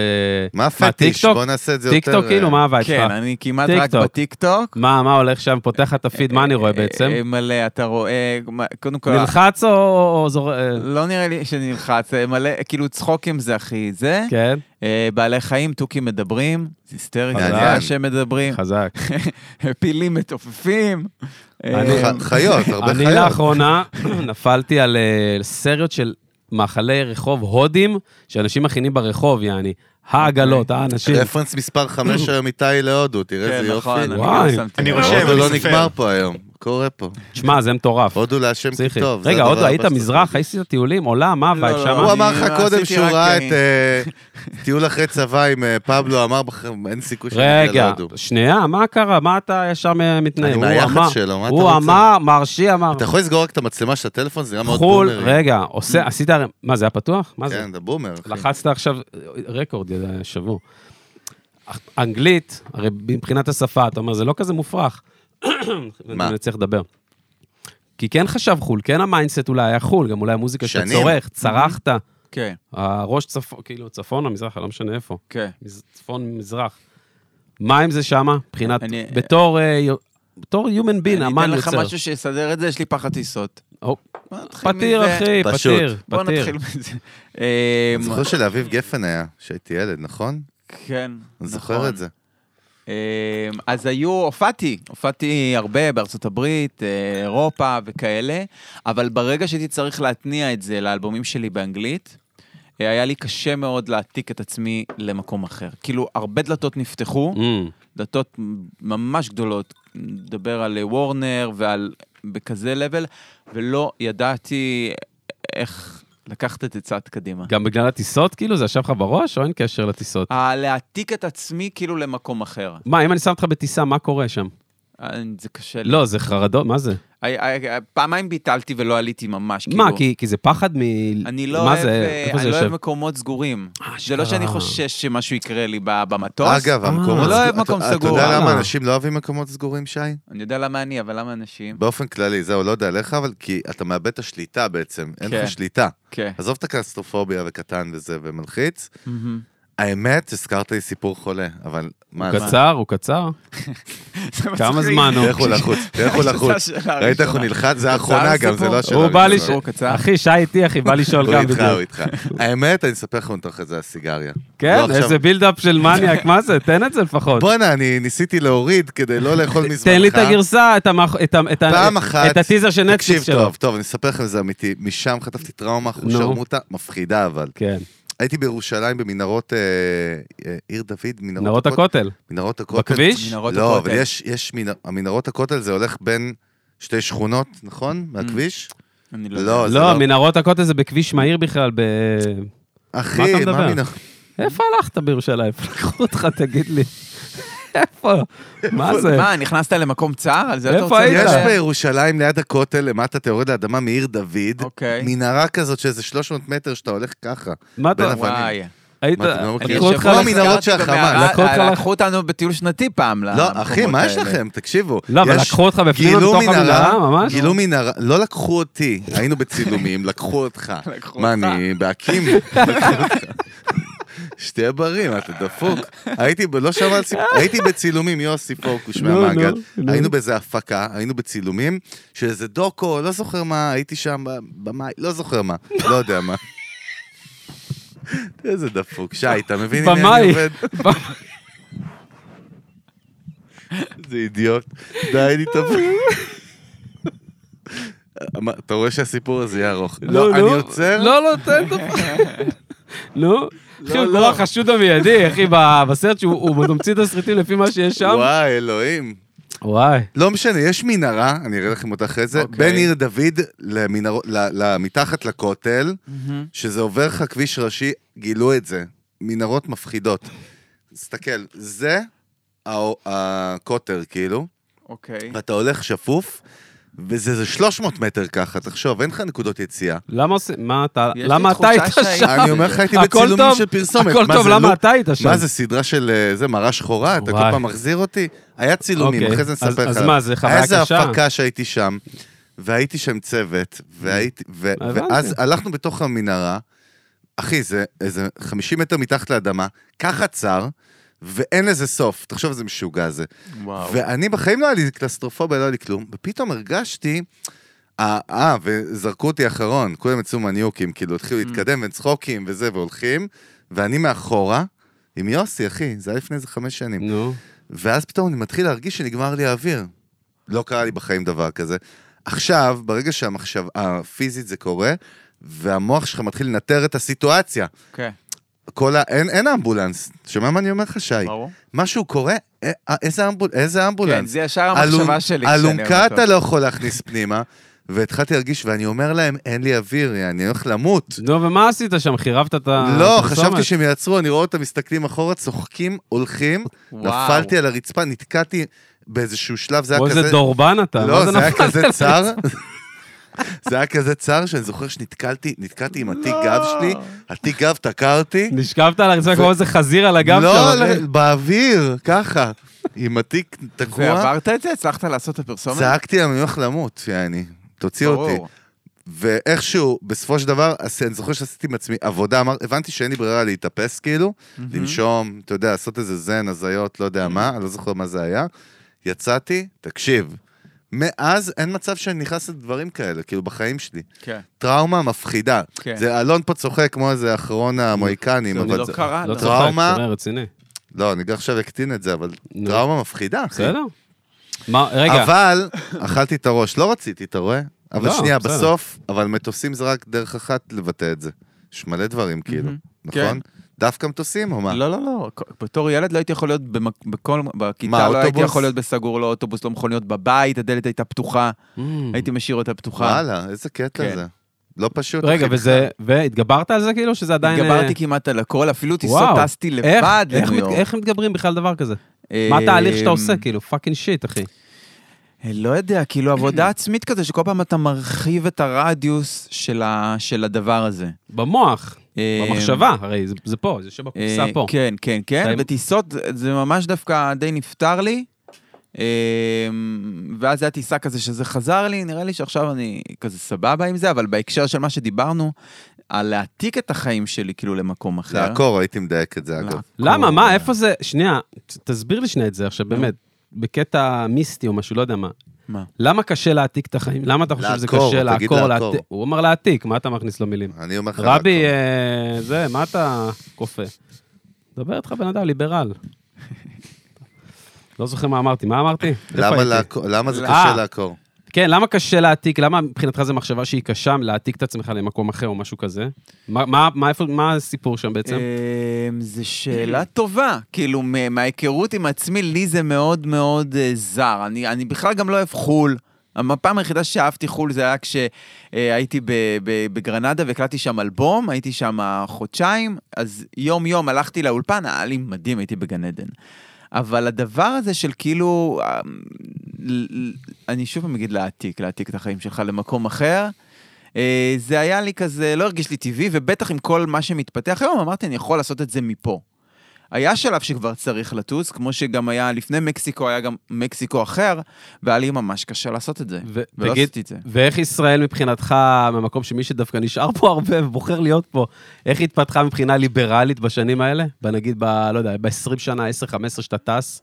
מה הפטיש?
טיקטוק?
בוא נעשה את זה יותר...
טיקטוק, כאילו,
אה,
מה הווייב
כן,
שלך?
אני כמעט רק
טיקטוק.
בטיקטוק.
מה, מה הולך שם? פותח את הפיד, מה אני רואה בעצם?
אה, מלא, אתה רואה, מה- קודם כל...
נלחץ או- או או זור... אה,
לא נראה לי שנלחץ, אה, מלא, כאילו צחוקים זה הכי זה.
כן,
אה, בעלי חיים, תוכים מדברים, זה היסטרי,
חזק.
זה היה שהם מדברים,
חזק.
פילים מתעופפים. אה,
אני-
ח- חיות, הרבה
אני
חיות.
לאחרונה [LAUGHS] נפלתי על אה, סרט של מאכלי רחוב הודים, שאנשים מכינים ברחוב, יעני.
אוקיי.
העגלות, אה, האנשים.
רפרנס מספר
[LAUGHS]
5 היום איתי להודו, תראה
כן,
איזה יופי.
נכון, אני
וואי.
גם שמתי.
אני
לב.
רושם.
הודו
אני
לא
סופר.
נגמר פה היום, קורה פה.
שמע, זה מטורף.
הודו להשם כי
פסיכי.
טוב. זה
רגע,
הדבר
עוד לא,
הבא
היית
שאתה
מזרח,
צריך.
עשית טיולים, עולה, מה הווייב
לא,
שם?
הוא
אני-
אמר לך קודם
עשיתי
שהוא
רק
ראה
אני.
את אה, טיול אחרי צבא עם אה, פבלו, אמר בכם, אין סיכוי שאני אגיע
רגע,
להודו.
שנייה, מה קרה? מה אתה ישר מ- מתנהל?
אני
הוא
מהיח"צ
אמר-
שלו, מה אתה
הוא
רוצה?
אמר, מרשי אמר,
אתה יכול לסגור רק את המצלמה של הטלפון, זה נראה מאוד
חו"ל,
בומר.
רגע, עושה- עשית, הרי- מה זה היה פתוח? מה זה?
כן, אתה בומר. אחי.
לחצת עכשיו רקורד, ידע, שבור. אך- אנגלית, הרי מבחינת השפה, אתה אומר, זה לא כזה מופרך.
מה?
אני צריך לדבר. כי כן חשב חו"ל, כן המיינדסט אולי היה חו"ל, גם אולי המוזיקה שאתה
שנים. Mm-hmm.
צורך, צרחת,
כן,
הראש צפון, כאילו צפונה, מזרחה, לא משנה איפה.
כן.
מז- צפון, מזרח. מה עם זה שמה? מבחינת,
אני-
בתור אה, יו- בתור human being,
אני
אמן
אתן לך
יוצר.
משהו שיסדר את זה, יש לי פחד טיסות.
או,
בוא נתחיל
פתיר,
מזה.
אחי,
פשוט.
פתיר,
בוא
פתיר.
נתחיל מזה. אה,
אני זוכר שלאביב גפן היה, כשהייתי ילד, נכון?
כן,
אני זוכר
נכון.
את זה.
אמ, אז היו, הופעתי, הופעתי הרבה בארצות הברית, אה, אירופה וכאלה, אבל ברגע שהייתי צריך להתניע את זה לאלבומים שלי באנגלית, אה, היה לי קשה מאוד להעתיק את עצמי למקום אחר. כאילו, הרבה דלתות נפתחו,
Mm.
דלתות ממש גדולות, נדבר על אה, וורנר ועל, בכזה לבל, ולא ידעתי איך לקחת את זה צעד קדימה.
גם בגלל הטיסות, כאילו, זה ישב לך בראש, או אין קשר לטיסות?
ה- אה, להעתיק את עצמי כאילו למקום אחר.
מה, אם אני שם אותך בטיסה, מה קורה שם?
אה, זה קשה לי.
לא, זה חרדות, מה זה?
הי- הי- הי- פעמיים ביטלתי ולא עליתי ממש, כאילו.
מה, כי כי זה פחד מ...
אני לא
מה
אוהב,
זה?
אה,
איפה זה
אני לא
יושב? אה,
אוהב מקומות סגורים. זה
אשכרה.
לא שאני חושש שמשהו יקרה לי ב- במטוס.
אגב,
אה.
המקומות...
לא
אוהב
סגור-
מקום
אתה- אתה
סגור.
יודע למה
אה.
אנשים לא אוהבים מקומות סגורים, שי?
אני יודע למה אני, אבל למה אנשים?
באופן כללי, זהו, לא יודע עליך, אבל כי אתה מאבד את השליטה בעצם, אין
כן.
לך שליטה.
כן.
[LAUGHS]
עזוב את הקלסטרופוביה וקטן וזה ומלחיץ. האמת, הזכרת לי סיפור חולה, אבל מה,
הוא קצר, הוא קצר. כמה זמן
[LAUGHS]
תראה
[LAUGHS]
איך הוא לחוץ, תראה איך הוא לחוץ. ראית איך הוא נלחץ? זה האחרונה גם, זה לא
הוא
השאלה.
הוא בא
הראשונה.
לשאול,
הוא קצר.
אחי, שי איתי, אחי, בא
[LAUGHS]
לשאול
הוא
גם
איתך, הוא
בדיוק.
איתך. האמת, אני אספר לך מתוך
[LAUGHS]
איזה הסיגריה.
כן,
לא, עכשיו-
איזה בילדאפ של מניאק, מה זה? תן את זה לפחות.
בואנה, אני ניסיתי להוריד כדי לא לאכול מזמנך.
[LAUGHS] תן לי את הגרסה, את המח- את ה- את ה-
פעם אחת,
את הטיזר של נטפליקס
תקשיב
שלו.
טוב, טוב, אני אספר לכם את זה אמיתי. משם חטפתי טראומה,
נו.
שרמוטה, מפחידה אבל.
כן,
הייתי בירושלים במנהרות אה, אה, עיר דוד,
נרות הכותל.
מנהרות הכותל.
בכביש?
לא, אבל יש, יש, מנ- המנהרות הכותל זה הולך בין שתי שכונות,
Mm.
נכון? מהכביש? לא, זה
לא, מנהרות הכותל זה בכביש מהיר בכלל, ב... מה
אחי,
אתה
מה
מדבר?
מנהרות?
איפה הלכת בירושלים? [LAUGHS] לקחו אותך, תגיד לי. [LAUGHS] איפה? מה זה?
מה, נכנסת למקום צר? על זה אתה
איפה
רוצה...
היית?
יש
לדבר?
בירושלים ליד הכותל, למטה אתה יורד לאדמה מעיר דוד,
אוקיי.
מנהרה כזאת שזה 300 מטר שאתה הולך ככה.
מה אתה...
בין הפנים.
וואי.
היית...
מה, אתם לא מכירים?
לקחו אותך
שבוע
לס-
מן המנהרות של החמאס.
לקחו אותך-
אה, לקחו אותנו בטיול שנתי פעם.
לא, אחי,
למקומות
מה יש
האלה.
לכם? תקשיבו.
לא, אבל
יש-
לקחו אותך בפנים
גילו
לתוך
מנהרה,
המנהרה, ממש?
גילו מנהרה, לא לקחו אותי, היינו בצילומים, לקחו אותך.
[LAUGHS] לקחו
מה,
אותך.
אני בהקימו?
[LAUGHS]
לקחו אותך. שתהיה בריא, מה, אתה דפוק. הייתי, ב- לא שמע על סיפור,
[LAUGHS]
הייתי בצילומים, יוסי פורקוש
נו, נו,
מהמעגל.
נו.
היינו באיזה הפקה, היינו בצילומים, של איזה דוקו, לא זוכר מה, הייתי שם במאי, לא זוכר מה, לא
[LAUGHS]
יודע מה. איזה דפוק, שי, אתה מבין? הנה אני
במאי.
עובד. איזה אידיוט. די, אני טוב. אמר- אתה רואה שהסיפור הזה יהיה ארוך.
[LAUGHS]
לא, אני עוצר? לא,
לא, לא, תן את הפ...
[LAUGHS]
נו. אחי, הוא כמו החשוד המיידי, אחי, ב- בסרט שהוא הוא ממציא את הסרטים לפי מה שיש שם.
וואי, אלוהים.
וואי.
לא משנה, יש מנהרה, אני אראה לכם אותה אחרי זה,
אוקיי.
בין עיר דוד למנהרו- ל- ל- מתחת לכותל, שזה עובר לך כביש ראשי, גילו את זה. מנהרות מפחידות. תסתכל, זה הא- הקוטר, כאילו.
אוקיי.
ואתה הולך שפוף, וזה איזה 300 מטר ככה, תחשוב, אין לך נקודות יציאה.
למה עושים, מה אתה,
יש לי
למה אתה
תחושה
היית
שהיית-
שם?
אני אומר לך, הייתי
הכל
בצילומים
טוב,
של פרסומת.
הכל
מה
טוב,
זה,
למה
לופ?
אתה היית שם?
מה זה, סדרה של אה, זה, מראה שחורה? אתה כל
וואי.
פעם מחזיר אותי? היה צילומים,
אוקיי,
אחרי זה
אז-
נספר לך.
אז
עליו.
מה, זה חוויה
היה איזה
קשה?
הפקה שהייתי שם, והייתי שם צוות, והייתי, ו-
הבנתי.
ואז הלכנו בתוך המנהרה, אחי, זה איזה 50 מטר מתחת לאדמה, ככה צר, ואין לזה סוף. תחשוב איזה משוגע זה.
וואו.
ואני בחיים לא היה לי קלסטרופוביה, לא היה לי כלום, ופתאום הרגשתי, אה, אה, וזרקו אותי אחרון, כולם יצאו מניוקים, כאילו התחילו להתקדם וצחוקים וזה, והולכים, ואני מאחורה, עם יוסי, אחי, זה היה לפני איזה חמש שנים.
נו.
ואז פתאום אני מתחיל להרגיש שנגמר לי האוויר. לא קרה לי בחיים דבר כזה. עכשיו, ברגע שהמחשב, הפיזית זה קורה, והמוח שלך מתחיל לנטר את הסיטואציה.
אוקיי,
כל ה... אין, אין אמבולנס. שומע מה אני אומר לך, שי?
ברור.
משהו קורה, אה, אה, איזה, אמבול, איזה אמבולנס?
כן, זה ישר המחשבה שלי. כשאני אוהב
אלונקה
אותו.
אתה לא יכול להכניס פנימה, והתחלתי להרגיש, ואני אומר להם, אין לי אוויר, אני הולך למות.
נו, ומה עשית שם? חירבת את
אה,
ה...
לא,
הפרסומת?
חשבתי שהם יעצרו, אני רואה אותם מסתכלים אחורה, צוחקים, הולכים,
וואו.
נפלתי על הרצפה, נתקעתי באיזשהו שלב, זה היה
או
כזה...
איזה דורבן אתה. מה
לא, זה היה
נפלת?
כזה צר. [LAUGHS] זה היה כזה צר שאני זוכר שנתקלתי, נתקעתי עם
לא.
התיק גב שלי, התיק גב תקע אותי.
נשכבת על הרצפה
ו-
כמו איזה חזיר על הגב כן.
לא,
שם. אחי.
לא, באוויר, ככה. עם התיק תקוע,
ועברת את זה? הצלחת לעשות את הפרסומת?
צעקתי להם, אני הולך למות, יעני. תוציאו אותי.
ברור.
ואיכשהו, בסופו של דבר, עש- אני זוכר שעשיתי עם עצמי עבודה, אמר, הבנתי שאין לי ברירה להתאפס כאילו, לנשום, אתה יודע, לעשות איזה זן, הזיות, לא יודע מה, אני לא זוכר מה זה היה. יצאתי, תקשיב, מאז אין מצב שאני נכנס לדברים כאלה, כאילו בחיים שלי.
כן.
טראומה מפחידה.
כן.
זה, אלון פה צוחק כמו איזה אחרון המוהיקנים,
זה
אבל...
לא
זה-
קרה.
לא
לא.
צוחק,
טראומה.
זה רציני.
לא, אני גם עכשיו אקטין את זה, אבל
נו.
לא.
טראומה מפחידה, אחי.
בסדר. מה, רגע,
אבל אכלתי את הראש, לא רציתי, אתה רואה? אבל
לא,
שנייה,
בסדר.
בסוף, אבל מטוסים זה רק דרך אחת לבטא את זה. יש מלא דברים, כאילו,
כן.
נכון? דווקא מטוסים או מה?
לא, לא, לא. בתור ילד לא הייתי יכול להיות במק- בכל... בכיתה
מה,
לא הייתי
אוטובוס?
יכול להיות בסגור, לא אוטובוס, לא מכוניות, בבית, הדלת הייתה פתוחה.
Mm.
הייתי משאיר אותה פתוחה.
וואלה, איזה קטע
כן.
זה. לא פשוט.
רגע,
אחי.
וזה, והתגברת על זה כאילו, שזה עדיין... אה,
התגברתי כמעט על הכל, אפילו טיסות
וואו.
טסתי
איך-
לבד
איך מת-
לניו יורק.
איך מתגברים בכלל דבר כזה? מה התהליך שאתה
אמ,
עושה, כאילו, פאקינג שיט, אחי.
לא יודע, כאילו
[CLEARS THROAT]
עבודה עצמית כזה, שכל פעם אתה מרחיב את הרדיוס של ה- של הדבר הזה.
במוח,
אמ,
אה,
במחשבה, הרי זה- זה פה, זה
אה,
שבקופסה פה.
כן, כן, כן.
אתה-
בטיסות זה- זה ממש דווקא די נפתר לי. אה, ואז היה טיסה כזה שזה חזר לי, נראה לי שעכשיו אני כזה סבבה עם זה, אבל בהקשר של מה שדיברנו, על להעתיק את החיים שלי כאילו למקום אחר.
לעקור, הייתי מדייק את
לא.
זה, אגב.
לעקור.
למה? מה? איפה זה? שנייה, ת- תסביר לי שנייה את זה עכשיו, באמת. בקטע מיסטי או משהו, לא יודע מה.
מה?
למה קשה להעתיק את החיים? למה אתה חושב שזה
לעקור,
קשה
תגיד
לעקור?
לעקור.
להעתיק? הוא אמר להעתיק, מה אתה מכניס לו מילים?
אני אומר לך...
רבי,
לעקור.
אה, זה, מה אתה כופה? דבר איתך בן אדם, ליברל. לא זוכר מה אמרתי, מה אמרתי? איפה
למה
הייתי?
לעקור- למה זה
אה.
קשה לעקור?
כן, למה קשה להעתיק? למה מבחינתך זו מחשבה שהיא קשה להעתיק את עצמך למקום אחר או משהו כזה? מה- מה- מה איפה- מה הסיפור שם בעצם?
אמ, זו שאלה טובה. כאילו, מ- מההיכרות עם עצמי, לי זה מאוד מאוד אה, זר. אני, אני בכלל גם לא אוהב חו"ל. הפעם היחידה שאהבתי חו"ל זה היה אה, כשהייתי בגרנדה והקלטתי שם אלבום, הייתי שם חודשיים, אז יום-יום הלכתי לאולפן, היה לי מדהים, הייתי בגן עדן. אבל הדבר הזה של כאילו, אה, ל- ל- אני שוב פעם אגיד להעתיק, להעתיק את החיים שלך למקום אחר, אה, זה היה לי כזה, לא הרגיש לי טבעי, ובטח עם כל מה שמתפתח היום, אמרתי, אני יכול לעשות את זה מפה. היה שלב שכבר צריך לטוס, כמו שגם היה לפני מקסיקו, היה גם מקסיקו אחר, והיה לי ממש קשה לעשות את זה.
ו-
ולא
תגיד,
עשיתי את זה.
כן. ואיך ישראל מבחינתך, מהמקום שמי שדווקא נשאר פה הרבה ובוחר להיות פה, איך התפתחה מבחינה ליברלית בשנים האלה? בנגיד, ב, לא יודע, ב-20 שנה, 10-15 שאתה טס,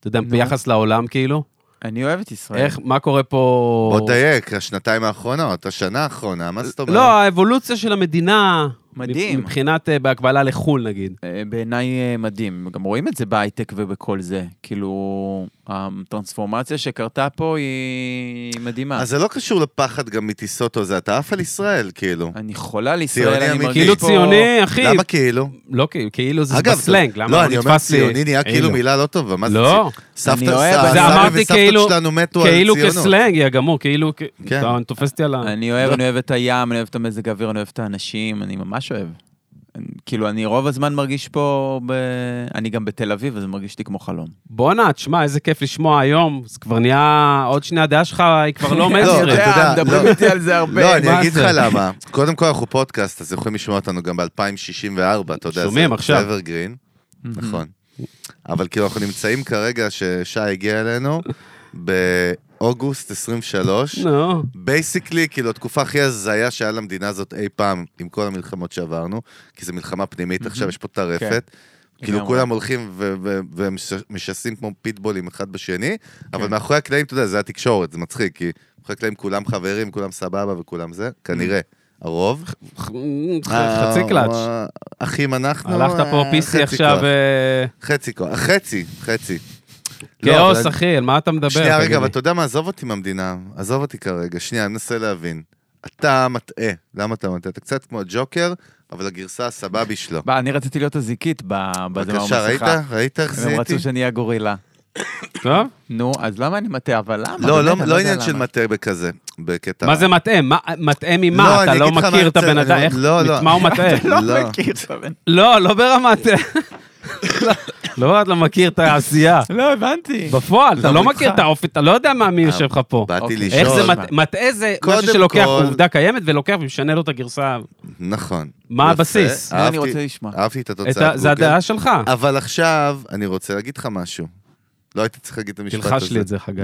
אתה יודע,
נו.
ביחס לעולם כאילו?
אני אוהב את ישראל.
איך, מה קורה פה...
בוא תדייק, השנתיים האחרונות, השנה האחרונה, מה זאת אומרת?
לא, האבולוציה של המדינה...
מדהים.
מבחינת, אה, בהקבלה לחו"ל נגיד.
אה, בעיניי אה, מדהים. גם רואים את זה בהייטק ובכל זה. כאילו, הטרנספורמציה שקרתה פה היא מדהימה.
אז זה לא קשור לפחד גם מטיסות או זה, אתה עף על ישראל, כאילו.
אני חולה על
ציוני
ישראל, אני
אמיתי.
מרגיש פה...
כאילו ציוני, אחי.
למה כאילו?
לא, כאילו- כאילו זה
אגב,
בסלנג, למה
לא,
הוא
אני אומר
נתפס לי...
ציוני נהיה כאילו מילה לא טובה, מה זה?
לא,
סבתא,
אני אוהב,
סבא
זה
אמרתי
וסבתא
כאילו-
שלנו מתו על
כאילו
ציונות.
כסלנג, יא גמור, כאילו... כ-
כן.
אתה תופס אותי על ה...
אני אוהב, אני אוהב את הים, אני אוהב את המזג האוויר, אני אוהב את האנשים, אני ממש אוהב. אני- כאילו, אני רוב הזמן מרגיש פה, ב... אני גם בתל אביב, אז זה מרגיש לי כמו חלום.
בואנה, תשמע, איזה כיף לשמוע היום, זה כבר נהיה, עוד שנייה הדעה שלך היא כבר לא
אתה
מיינסטרים.
יודע,
מדברים
לא.
איתי על זה הרבה.
לא, אני
מה
אגיד
זה?
לך למה. קודם כל, אנחנו פודקאסט, אז יכולים לשמוע אותנו גם ב-2064, אתה יודע.
שומעים עכשיו.
זה אברגרין,
מהמם.
נכון. אבל כאילו, אנחנו נמצאים כרגע, ששי הגיע אלינו, באוגוסט 23.
נו,
בייסיקלי, כאילו, התקופה הכי הזיה שהיה למדינה הזאת אי פעם, עם כל המלחמות שעברנו, כי זו מלחמה פנימית עכשיו, יש פה טרפת. כאילו
כן.
לגמרי.
כולם הולכים ו- ו- ומשסים כמו פיטבולים אחד בשני,
כן.
אבל מאחורי הקלעים, אתה יודע, זה התקשורת, זה מצחיק, כי מאחורי הקלעים כולם חברים, כולם סבבה וכולם זה, כנראה, הרוב.
ח- Mm. חצי קלאץ'.
אה, אחים אנחנו...
הלכת פה
אה,
PC
חצי
עכשיו,
כוח.
אה,
חצי כוח, חצי, חצי. לא, אבל
כאוס,
אני-
אחי, על מה אתה מדבר?
שנייה,
תגיד
רגע, אבל
לי?
אתה יודע מה, עזוב אותי מהמדינה, עזוב אותי כרגע, שנייה, אני מנסה להבין. אתה מטעה, למה אתה מטעה? אתה קצת כמו ג'וקר, אבל הגרסה הסבבי שלו.
בא, אני רציתי להיות הזיקית ב- בדבר
בבקשה, ראית?
המסכה.
ראית איך
הם
זיהיתי?
רצו שאני אהיה גורילה.
טוב?
נו, אז למה אני מטעה? אבל למה?
לא,
באמת,
לא
אני
לא
יודע
עניין של
למה.
מטעה בכזה, בקטע...
מה זה מטעה? מה- מטעה ממה?
לא,
אתה
אני
לא
אגיד לך מה
מכיר את
יוצא,
הבן אדם,
אני-
איך-
לא, לא.
מה הוא מטעה?
[LAUGHS]
[LAUGHS] לא
לא.
מכיר את הבן.
לא, לא ברמת... [LAUGHS] לא, אתה לא מכיר את העשייה.
לא, הבנתי.
בפועל, אתה
אבל
לא
איתך.
מכיר את האופי, אתה לא יודע מה מי יושב לך פה.
באתי
אוקיי.
אה, לשאול.
איך זה
מה-
מט- מטעה זה
קודם
משהו שלוקח
כל-
עובדה קיימת ולוקח ומשנה לו את הגרסה.
נכון.
מה
יפה.
הבסיס?
מה לא, אני
אהבתי-
רוצה לשמוע?
אהבתי את אה,
את ה-
התוצאה.
זה הדעה שלך.
אבל עכשיו, אני רוצה להגיד לך משהו. לא הייתי צריך להגיד את המשפט הזה.
תלחש לי את זה, חגי.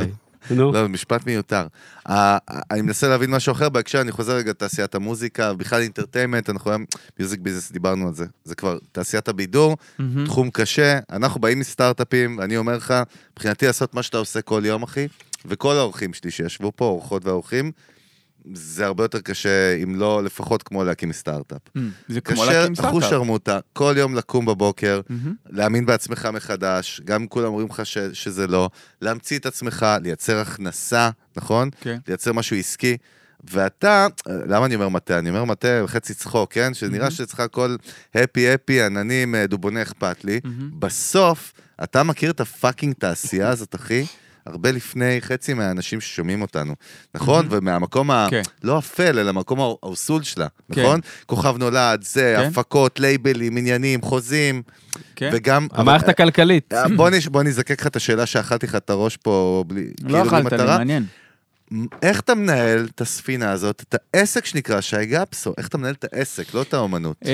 נו.
לא, משפט מיותר. אה, אה, אני מנסה להבין משהו אחר בהקשר, אני חוזר רגע לתעשיית המוזיקה, בכלל אינטרטיימנט, אנחנו היום מיוזיק ביזנס, דיברנו על זה. זה כבר תעשיית הבידור,
מהמם.
תחום קשה, אנחנו באים מסטארט-אפים, ואני אומר לך, מבחינתי לעשות מה שאתה עושה כל יום, אחי, וכל האורחים שלי שישבו פה, אורחות והאורחים, זה הרבה יותר קשה, אם לא לפחות כמו להקים סטארט-אפ.
מ, זה כמו
קשה,
להקים
אחוש
סטארט-אפ.
שרמוטה, כל יום לקום בבוקר,
מהמם.
להאמין בעצמך מחדש, גם אם כולם אומרים לך ש, שזה לא, להמציא את עצמך, לייצר הכנסה, נכון?
כן.
לייצר משהו עסקי. ואתה, למה אני אומר מטה? אני אומר מטה חצי צחוק, כן? שנראה
Mm-hmm.
שאצלך הכל הפי הפי, עננים, אה, דובונה אכפת לי.
מהמם.
בסוף, אתה מכיר את הפאקינג תעשייה הזאת, אחי? הרבה לפני חצי מהאנשים ששומעים אותנו, נכון? ומהמקום ה...
כן.
לא אפל, אלא מהמקום הא- האוסול שלה,
כן.
נכון? כוכב נולד, זה,
כן.
הפקות, לייבלים, עניינים, חוזים,
כן.
וגם...
המערכת הכלכלית.
אה, בוא, נש... בוא נזקק לך את השאלה שאכלתי לך את הראש פה, בלי, כאילו
לא אכלת לי, מעניין.
איך אתה מנהל את הספינה הזאת, את העסק שנקרא שי גפסו, איך אתה מנהל את העסק, לא את האומנות.
אה,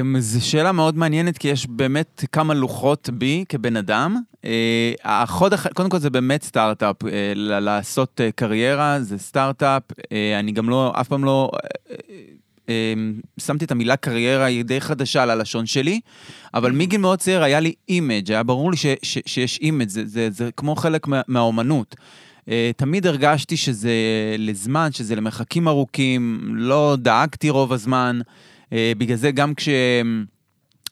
אמ, זו שאלה מאוד מעניינת, כי יש באמת כמה לוחות בי כבן אדם. אה, החוד, הח- קודם כל זה באמת סטארט-אפ, אה, ל- לעשות אה, קריירה זה סטארט-אפ. אה, אני גם לא, אף פעם לא... אה, אה, אמ, שמתי את המילה קריירה, היא די חדשה על הלשון שלי, אבל מגיל מאוד צעיר היה לי אימג', היה ברור לי ש, ש, שיש אימג', זה, זה, זה כמו חלק מה, מהאומנות. אה, תמיד הרגשתי שזה לזמן, שזה למרחקים ארוכים, לא דאגתי רוב הזמן. אה, בגלל זה גם כש...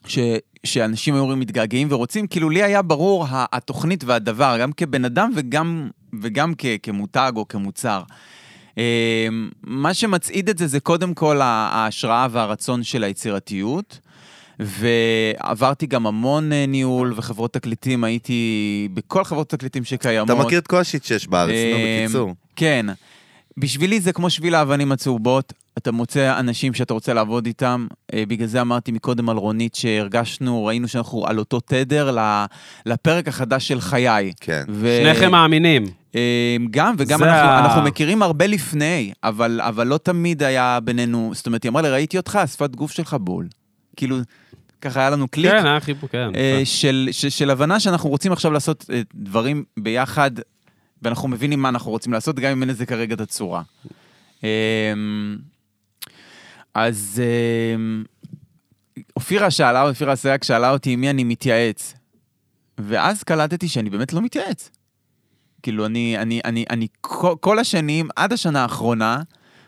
ש... שאנשים היו אומרים מתגעגעים ורוצים, כאילו לי היה ברור ה- התוכנית והדבר, גם כבן אדם וגם, וגם כ... כמותג או כמוצר. אה, מה שמצעיד את זה זה קודם כל ה- ההשראה והרצון של היצירתיות. ועברתי גם המון אה, ניהול וחברות תקליטים, הייתי בכל חברות תקליטים שקיימות.
אתה מכיר את כל השיט שיש בארץ, נו,
אה,
אמ,
בקיצור.
כן. בשבילי זה כמו שביל האבנים הצהובות, אתה מוצא אנשים שאתה רוצה לעבוד איתם. אה, בגלל זה אמרתי מקודם על רונית שהרגשנו, ראינו שאנחנו על אותו תדר ל- לפרק החדש של חיי.
כן.
ו-
שניכם מאמינים.
אה, גם, וגם
זה
אנחנו,
ה-
אנחנו מכירים הרבה לפני, אבל, אבל לא תמיד היה בינינו, זאת אומרת, היא אמרה לי, ראיתי אותך, השפת גוף שלך בול. כאילו, ככה היה לנו קליק.
כן, היה חיפור, כן.
אה, של, של, של הבנה שאנחנו רוצים עכשיו לעשות אה, דברים ביחד, ואנחנו מבינים מה אנחנו רוצים לעשות, גם אם אין לזה כרגע את הצורה. אה, אז אה, אופירה שאלה, אופירה אסייג שאלה אותי עם מי אני מתייעץ. ואז קלטתי שאני באמת לא מתייעץ. כאילו, אני, אני, אני, אני כל, כל השנים, עד השנה האחרונה,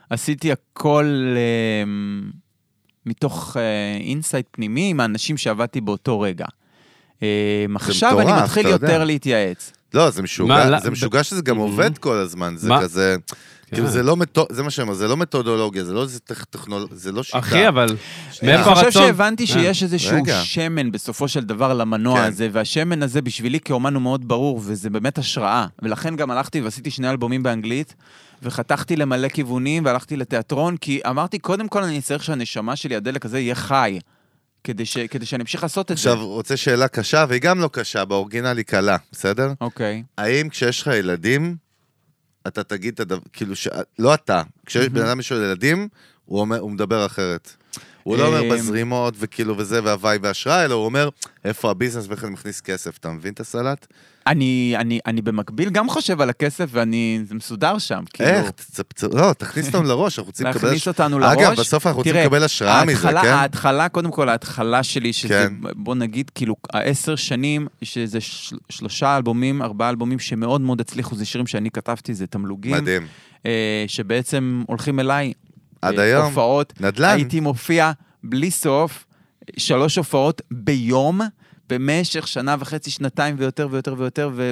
עשיתי הכל אה, מתוך אה, אינסייט פנימי עם האנשים שעבדתי באותו רגע. אה, עכשיו אני
מטורף,
מתחיל
אתה יודע.
יותר להתייעץ.
לא,
מה,
זה
לא-
משוגע, זה משוגע שזה גם עובד כל הזמן, זה
מה?
כזה,
כן.
כאילו זה לא מתו- זה מה שאומר, זה לא מתודולוגיה, זה לא איזה טכ- טכנולוגיה, זה לא שיטה.
אחי, אבל
אני
מאיפה
אני
הרצון?
חושב שהבנתי שיש איזשהו
אה, רגע.
שמן בסופו של דבר למנוע
כן.
הזה, והשמן הזה בשבילי כאומן הוא מאוד ברור, וזה באמת השראה. ולכן גם הלכתי ועשיתי שני אלבומים באנגלית, וחתכתי למלא כיוונים, והלכתי לתיאטרון, כי אמרתי, קודם כל אני צריך שהנשמה שלי, הדלק הזה, יהיה חי, כדי, ש... כדי שאני אמשיך לעשות את
עכשיו,
זה.
רוצה שאלה קשה, והיא גם לא קשה, באורגינל היא קלה, בסדר?
אוקיי.
האם כשיש לך ילדים, אתה תגיד את הדבר, כאילו, ש... לא אתה, כשבן אדם יש לו ילדים, הוא, אומר, הוא מדבר אחרת. הוא לא
אמ,
אומר בזרימות וכאילו וזה והוואי והשראה, אלא הוא אומר, איפה הביזנס ואיך אני מכניס כסף, אתה מבין את הסלט?
אני, אני, אני במקביל גם חושב על הכסף, ואני... זה מסודר שם. כאילו,
איך? תצפצ... לא, תכניס אותם לראש, אנחנו רוצים לקבל...
להכניס
הש-
אותנו לראש.
אגב, בסוף אנחנו רוצים
תראה,
לקבל השראה מזה,
ההתחלה-
כן?
ההתחלה, קודם כל, ההתחלה שלי, שזה,
כן.
בוא נגיד, כאילו, העשר שנים, שזה של- שלושה אלבומים, ארבעה אלבומים שמאוד מאוד הצליחו, זה שירים שאני כתבתי, זה תמלוגים.
מדהים.
אה, שבעצם הולכים אליי.
עד
אה,
היום.
הופעות.
נדל"ן.
הייתי מופיע בלי סוף, שלוש הופעות ביום, במשך שנה וחצי, שנתיים ויותר ויותר ויותר, ו-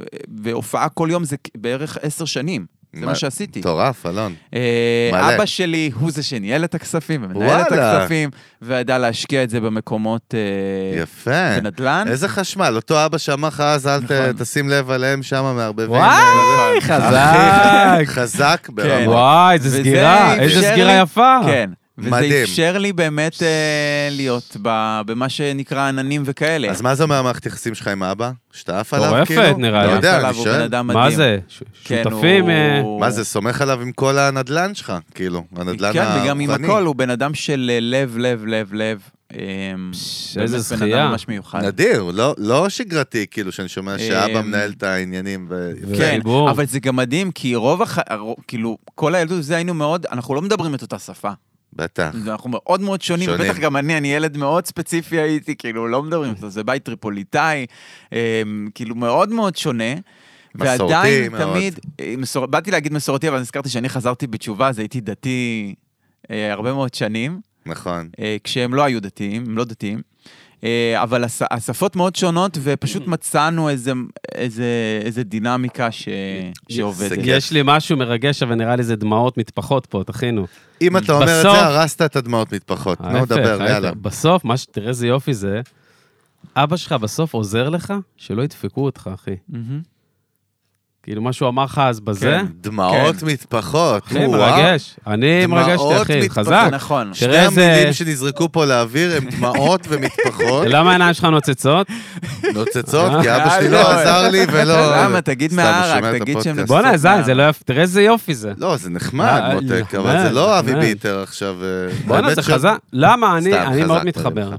ו- והופעה כל יום זה בערך עשר שנים. זה מה שעשיתי.
מטורף, אלון.
אה,
מלא.
אבא שלי הוא זה שניהל את הכספים, ומנהל את
וואלה.
הכספים, וידע להשקיע את זה במקומות אה,
יפה.
בנדל"ן.
איזה חשמל, אותו אבא שאמר לך אז, אל ת-
נכון.
תשים לב עליהם שם מערבבים.
אה,
וואי,
אחי,
חזק.
[LAUGHS] חזק
כן.
ברמות.
וואי, איזה
וזה
סגירה,
אפשר
איזה
לי-
סגירה יפה.
כן. וזה
מדהים.
אפשר לי באמת אה, להיות ב- במה שנקרא עננים וכאלה.
אז מה זה אומר המערכת יחסים שלך עם אבא? שאתה עף עליו
מטורפת,
כאילו?
נראה
לא
לי.
יודע,
עליו
אני
הוא בן
שואל.
אדם מדהים.
מה זה? ש-
כן,
שותפים...
הוא-
אה,
מה זה, סומך עליו עם כל הנדלן שלך, כאילו, הנדלן
כן,
הרוחני.
וגם עם הכל, הוא בן אדם של אה, לב, לב, לב, לב. אמ,
פש,
באמת
איזה
בן
זכייה.
אדם ממש מיוחד.
נדיר, לא- לא שגרתי, כאילו, שאני שומע שאבא
אמ,
מנהל את העניינים. ו-
כן,
חיבור.
אבל זה גם מדהים, כי רוב הח... הר- כאילו, כל הילדות וזה היינו מאוד, אנחנו לא מדברים את אותה שפה.
בטח.
אנחנו מאוד מאוד שונים,
שונים.
ובטח גם אני, אני ילד מאוד ספציפי הייתי, כאילו, לא מדברים, זה- זה בית טריפוליטאי, אמ, כאילו, מאוד מאוד שונה.
מסורתי
ועדיין
מאוד.
תמיד, אה, מסור... באתי להגיד מסורתי, אבל נזכרתי שאני חזרתי בתשובה, אז הייתי דתי אה, הרבה מאוד שנים,
נכון.
אה, כשהם לא היו דתיים, הם לא דתיים. אה, אבל הש... השפות מאוד שונות,
Mm-hmm.
ופשוט מצאנו איזה, איזה, איזה דינמיקה ש... שעובדת.
זה כן.
יש לי משהו מרגש, אבל נראה לי זה דמעות מתפחות פה, תכינו.
אם אתה אומר את
בסוף-
זה, הרסת את הדמעות מתפחות. נו,
ההפך,
דבר,
ההפך.
יאללה.
בסוף, מה ש- תראה איזה יופי זה, אבא שלך בסוף עוזר לך שלא ידפקו אותך, אחי.
מהמם.
Mm-hmm.
כאילו, מה שהוא אמר לך אז בזה,
כן.
דמעות מתפחות.
אחי,
וואו.
מרגש. אני
דמעות
מרגשתי, אחי,
מתפחות.
חזק.
נכון.
שני
תראה איזה-
המילים שנזרקו פה לאוויר הם דמעות
[LAUGHS]
ומתפחות.
למה העיניים שלך
[LAUGHS]
נוצצות?
נוצצות,
אה,
כי אבא שלי לא
לא.
עזר לי ולא...
אה, למה? תגיד
סתם, הוא
מהערק,
שומע את
תגיד שהם-
הפודקאסט.
בואנה,
בסוף
זי,
מה-
זה לא יפה, תראה איזה יופי זה.
לא, זה נחמד,
אה,
מותק, אבל
נחמד,
זה לא אבי
נחמד.
ביטר עכשיו. אה,
בואנה,
האמת
זה
ש-
חזק. למה? אני-
סתם,
אני
חזק,
מאוד
אני
מתחבר.
אומר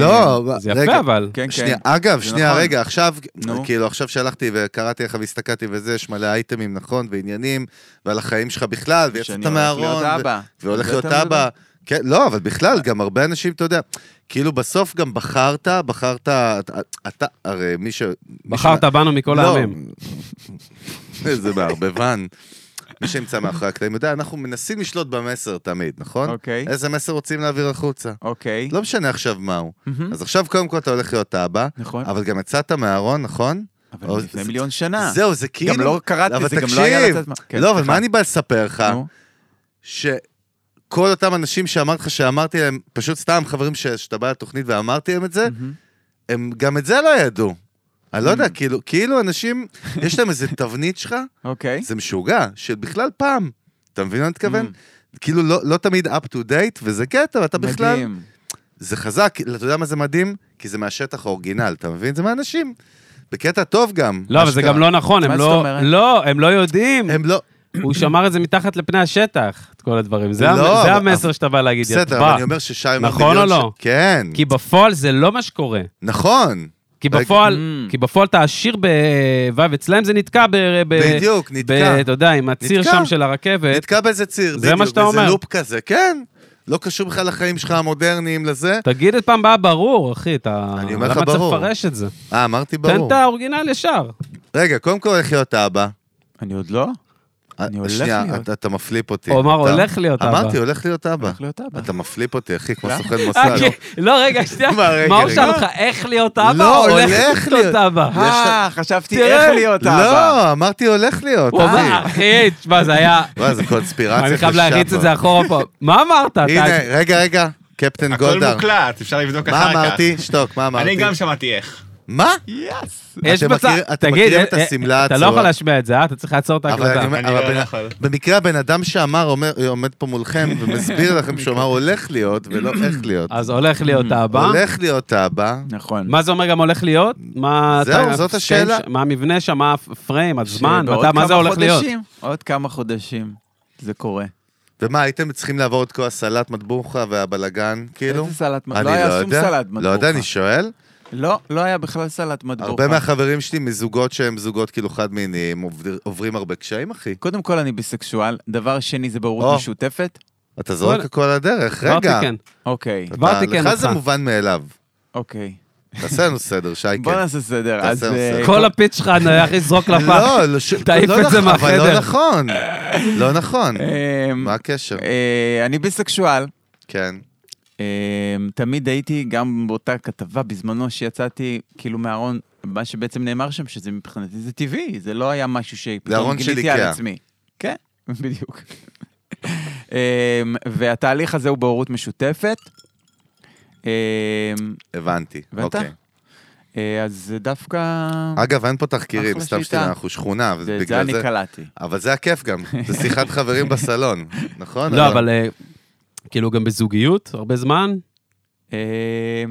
לא,
אה, זה
רגע,
יפה, אבל.
אה, כן,
שנייה, אה,
כן.
אגב,
זה
שנייה,
נכון.
רגע, עכשיו,
נו.
כאילו, עכשיו שהלכתי וקראתי לך והסתכלתי וזה, יש מלא אייטמים, נכון, ועניינים, ועל החיים שלך בכלל, ויצאת
שאני הולך להיות
מהארון, ו-
אבא.
והולך
זה
להיות
יותר
אבא. כן, לא, אבל בכלל, גם הרבה אנשים, אתה יודע, כאילו, בסוף גם בחרת, בחרת, אתה, הרי מי ש... מי ש-
בחרת בנו מכל
לא.
העמים.
[LAUGHS] איזה מערבבן. מי שנמצא מאחורי הקטעים יודע, אנחנו מנסים לשלוט במסר תמיד, נכון?
אוקיי.
איזה מסר רוצים להעביר החוצה?
אוקיי.
לא משנה עכשיו מהו.
מהמם.
אז עכשיו קודם כל אתה הולך להיות אבא,
נכון.
אבל גם יצאת מהארון, נכון?
אבל
או-
לפני
זה-
מיליון שנה.
זהו, זה כאילו...
גם לא קראתי,
אבל
זה גם לא היה
תקשיב,
לצאת מה- כן,
לא, אבל
סליחה.
מה אני בא לספר לך?
נו,
שכל אותם אנשים שאמרתי לך, שאמרתי להם, פשוט סתם חברים ש- שאתה בא לתוכנית ואמרתי להם את זה,
Mm-hmm.
הם גם את זה לא ידעו. אני לא יודע, כאילו, כאילו אנשים, יש להם איזה תבנית שלך,
אוקיי.
זה משוגע, של בכלל פעם. אתה מבין מה אני מתכוון?
Mm.
כאילו לא, לא תמיד up to date, וזה קטע, ואתה בכלל...
מדהים.
זה חזק, אתה יודע מה זה מדהים? כי זה מהשטח האורגינל, אתה מבין? זה מהאנשים. בקטע טוב גם.
לא, אבל זה
אשכרה.
גם לא נכון, הם
מה זאת
לא...
אומרת?
לא, הם לא יודעים.
הם לא...
הוא שמר את זה מתחת לפני השטח, את כל הדברים. זה המ-
לא,
זה
אבל-
המסר שאתה בא להגיד,
בסדר, אבל
יטבע.
אני אומר ששי אומר
נכון
מיליון
או לא?
ש- כן,
כי בפועל זה לא מה שקורה.
נכון.
כי
רגע.
בפועל,
Mm.
כי בפועל אתה עשיר ב... ו' אצלהם זה נתקע ב... ב-
בדיוק,
ב-
נתקע.
אתה יודע, עם הציר
נתקע.
שם של הרכבת.
נתקע באיזה ציר,
זה מה
בדיוק,
שאתה
באיזה
אומר.
לופ כזה, כן. לא קשור בכלל לחיים שלך המודרניים לזה.
תגיד את פעם הבאה ברור, אחי, אתה...
אני אומר לך ברור.
למה צריך לפרש את זה?
אה, אמרתי
תן
ברור.
את האורגינל ישר.
רגע, קודם כל איך להיות אבא.
אני עוד לא? אני הולך
שנייה,
להיות.
אתה- אתה מפליפ אותי.
הוא אמר,
אתה-
"הולך להיות אבא".
אמרתי, הולך להיות אבא.
הולך להיות אבא.
אתה מפליפ אותי, אחי, כמו
למה?
סוכן
אה,
מוסד.
כן. לא, רגע, שנייה.
מה, רגע,
מה הוא
רגע.
שאל אותך, איך להיות אבא?
לא,
או
הולך להיות.
אבא.
אה, חשבתי
תראה.
איך להיות אבא.
לא, אמרתי הולך להיות,
הוא אמר,
אחי.
אחי, תשמע, זה היה...
וואי, זה קונספירציה.
אני חייב
קשה
להריץ
פה.
את זה אחורה פה. מה אמרת? אתה-
הנה, רגע, רגע, קפטן
הכל
גולדהר.
מוקלט, אפשר לבדוק אחר
מה
כך.
אמרתי? שתוק, מה אמרתי?
אני גם שמעתי איך.
מה?
יס.
יש
אתם
בצד-
מכיר- אתם
תגיד,
מכירים את
אה, אה,
השמלה
אתה לא
הצהובה?
יכול להשמיע את זה, אה? אתה צריך לעצור את
אבל אני
ההקלטה.
אומר,
אני לא
אבל בן-
יכול.
במקרה הבן אדם שאמר, אומר- עומד פה מולכם ומסביר לכם שהוא אמר הולך להיות
[COUGHS]
ולא איך להיות.
אז הולך להיות אבא.
Mm, הולך להיות אבא.
נכון.
מה זה אומר גם הולך להיות? מה...
זהו,
אתה-
זאת
כן,
השאלה.
ש- מה המבנה שם, מה הפריים, הזמן,
שבעוד
מתי- מה זה
כמה
הולך להיות?
חודשים, עוד כמה חודשים זה קורה.
ומה, הייתם צריכים לעבור את כל הסלט מטבוחה והבלגן, כאילו?
איזה סלט?
אני
לא היה שום
יודע.
סלט מדבוחה.
לא יודע, אני שואל.
לא, לא היה בכלל סלט מדבוחה.
הרבה מהחברים שלי מזוגות שהם זוגות כאילו חד-מיניים עובד- עוברים הרבה קשיים, אחי.
קודם כל אני ביסקשואל, דבר שני זה
או.
בורות משותפת.
אתה זורק
וואלה. כן,
הכל על הדרך,
כבר
רגע.
תיקן.
אוקיי,
אתה-
כבר תיקן
לך זה
כן אותך.
מובן מאליו.
אוקיי.
תעשה לנו סדר, שייקה.
בוא
[LAUGHS]
נעשה סדר.
כן. תעשה
אז
לנו
אה,
סדר.
כל הפיץ שלך, אני הולך לזרוק לפח.
לא, לא, ש-
תעיף
לא
את זה
נכון, אבל
מהחדר. אה,
לא
[LAUGHS]
נכון. לא נכון.
אמ,
מה הקשר?
אה, אני ביסקשואל.
כן.
אמ, תמיד הייתי, גם באותה כתבה בזמנו שיצאתי כאילו מהארון, מה שבעצם נאמר שם, שזה מבחינתי זה טבעי, זה לא היה משהו
ארון
שפתאום
של
גיליתי על
איקאה.
עצמי. כן, [LAUGHS] בדיוק. אמ, והתהליך הזה הוא בהורות משותפת. אמ,
הבנתי.
הבנת?
אוקיי.
אה, אז זה דווקא...
אגב, אין פה תחקירים,
אחלה
סתם
שיטה.
שתדע, אנחנו שכונה,
זה-
ובגלל
זה אני
זה...
קלעתי.
אבל זה הכיף
[LAUGHS]
גם, זה שיחת חברים בסלון, נכון?
לא, אבל אה, כאילו גם בזוגיות, הרבה זמן.
אמ,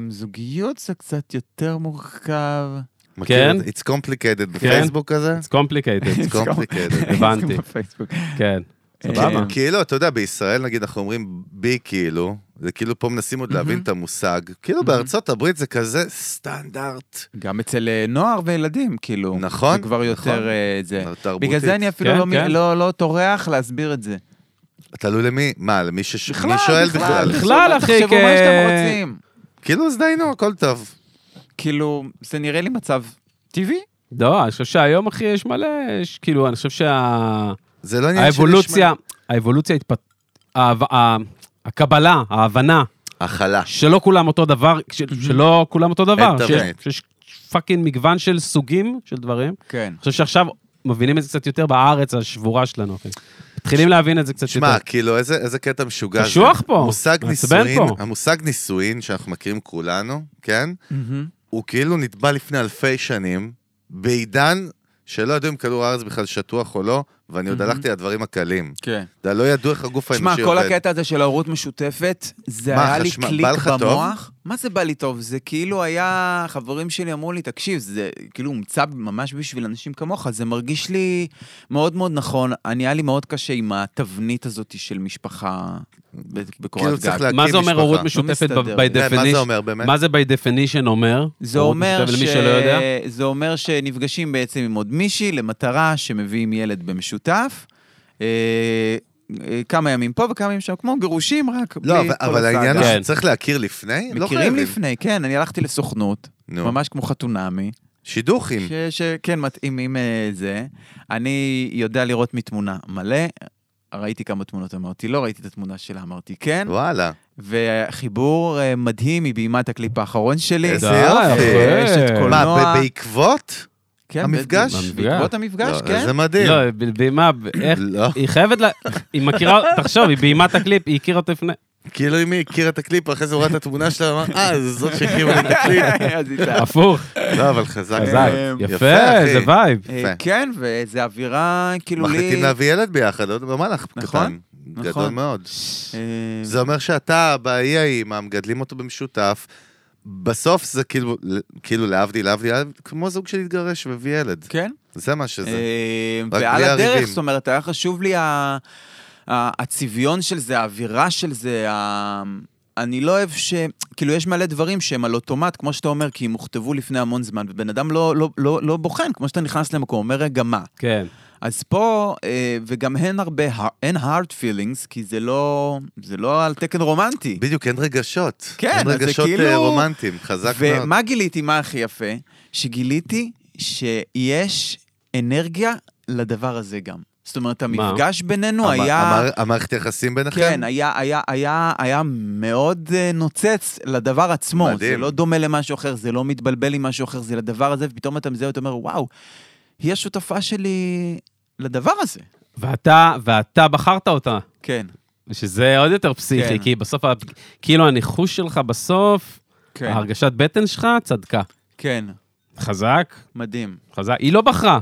זוגיות זה קצת יותר מורכב.
מכיר
כן.
את זה? It's complicated
כן.
בפייסבוק כזה?
It's complicated,
[LAUGHS] It's complicated.
הבנתי.
בפייסבוק.
כן.
אה,
סבבה.
כאילו, אתה יודע, בישראל, נגיד, אנחנו אומרים בי כאילו, זה כאילו פה מנסים עוד להבין את המושג. כאילו, בארצות הברית זה כזה סטנדרט.
[LAUGHS] גם אצל אה, נוער וילדים, כאילו.
נכון,
זה כבר יותר
נכון.
אה, זה.
תרבותית.
בגלל זה אני אפילו
כן,
לא מ-
כן.
לא- לא טורח להסביר את זה.
תלוי למי, מה, למי שש- מי שואל בכלל.
בכלל, אחי,
תחשבו מה
כ-
שאתם רוצים.
כאילו, אז דיינו, הכל טוב.
כאילו, זה נראה לי מצב טבעי.
לא, אני חושב שהיום, אחי, יש מלא, יש כאילו, אני חושב שה...
זה לא עניין של...
האבולוציה, האבולוציה התפת... האב- ה- הקבלה, ההבנה,
הכלה.
שלא כולם אותו דבר, ש- שלא כולם אותו דבר.
אין
שיש-
תבנית.
שיש פאקינג מגוון של סוגים של דברים.
כן.
אני חושב שעכשיו מבינים את זה קצת יותר בארץ השבורה שלנו, אחי. מתחילים להבין את זה קצת יותר.
שמע, כאילו, איזה, איזה קטע משוגע זה.
קשוח פה,
מושג
מעצבן
נישואין,
פה.
המושג נישואין שאנחנו מכירים כולנו, כן? הוא כאילו נטבע לפני אלפי שנים, בעידן שלא ידעו אם כדור הארץ בכלל שטוח או לא, ואני עוד הלכתי לדברים הקלים.
כן.
אתה יודע, לא ידעו איך הגוף האנושי
תשמע,
עובד.
כל הקטע הזה של ההורות משותפת, זה
מה,
היה לי
חשמל- בא
קליק
לך טוב?
במוח. מה זה בא לי טוב? זה כאילו היה, חברים שלי אמרו לי, תקשיב, זה כאילו הומצא ממש בשביל אנשים כמוך, זה מרגיש לי מאוד מאוד נכון. אני, היה לי מאוד קשה עם התבנית הזאת של משפחה ב-
כאילו
בקורת
צריך
גג.
להקים משפחה.
מה זה אומר הורות משותפת
לא מסתדר.
ב- by
כן, מה זה
definition?
אומר באמת?
מה זה by definition אומר?
זה
הורות
אומר,
משותפת
ש...
למי שלא יודע.
זה אומר שנפגשים בעצם עם עוד מישהי למטרה שמביאים ילד במשותף. אה, אה, כמה ימים פה וכמה ימים שם, כמו גירושים רק,
לא,
בלי
אבל-
כל
אבל העניין הוא
הסאגה. כן.
שצריך להכיר לפני? לא
מכירים
חייבים.
לפני, כן, אני הלכתי לסוכנות,
נו, כן.
ממש כמו חתונמי,
שידוכים.
ש-
כן.
שכן מתאימים אה, זה. אני יודע לראות מתמונה מלא, ראיתי כמה תמונות, אמרתי לא, ראיתי את התמונה שלה, אמרתי כן,
וואלה.
וחיבור אה, מדהים מבהימת הקליפ האחרון שלי.
איזה
די,
יופי.
אחי.
יש את כל-
מה,
קולנוע.
ב- בעקבות?
כן,
המפגש?
בעקבות המפגש,
לא,
כן.
זה מדהים.
לא, ב- במה, ב- איך?
לא.
היא חייבת ל... היא מכירה, תחשוב, היא ביימה את הקליפ, היא הכירה אותו לפני...
כאילו אם היא הכירה את הקליפ, אחרי זה הוא ראה את התמונה שלה, הוא אמר, אה, זו זאת שהכירה לי את הקליפ.
אז איתה.
הפוך,
לא, אבל חזק.
חזק.
אמ,
יפה,
יפה, אחי.
איזה וייב.
אה,
יפה.
כן, וזה אווירה כאילו לי...
מחליטים להביא ילד ביחד, עוד במהלך קטן.
נכון,
גדול
נכון.
מאוד.
אה,
זה אומר שאתה, באי האימא, מגדלים אותו במשותף, בסוף זה כאילו, כאילו להבדיל, להבדיל, להבדיל, כמו זוג שהתגרש והביא ילד.
כן.
זה מה שזה.
אה,
רק
ועל
בלי
הדרך,
הריבים.
זאת אומרת, היה חשוב לי ה- ה- הצביון של זה, האווירה של זה, ה- אני לא אוהב ש... כאילו, יש מלא דברים שהם על אוטומט, כמו שאתה אומר, כי הם הוכתבו לפני המון זמן, ובן אדם לא, לא, לא, לא בוחן, כמו שאתה נכנס למקום, אומר, רגע, מה?
כן.
אז פה, אה, וגם אין הרבה, אין hard feelings, כי זה לא, זה לא על תקן רומנטי.
בדיוק, אין רגשות.
כן,
אין
אז זה
רגשות
כאילו-
אה, רומנטיים, חזק מאוד.
ומה גיליתי, מה הכי יפה? שגיליתי שיש אנרגיה לדבר הזה גם. זאת אומרת, המפגש בינינו
המ-
היה...
המע- המערכת יחסים ביניכם?
כן, היה, היה, היה, היה מאוד אה, נוצץ לדבר עצמו.
מדהים.
זה לא דומה למשהו אחר, זה לא מתבלבל עם משהו אחר, זה לדבר הזה, ופתאום אתה מזהה, אתה אומר, וואו, היא השותפה שלי לדבר הזה.
ואתה, ואתה בחרת אותה,
כן,
שזה עוד יותר פסיכי,
כן.
כי בסוף, ה- כאילו הניחוש שלך בסוף,
כן,
ההרגשת בטן שלך צדקה.
כן,
חזק,
מדהים.
חזק. היא לא בחרה.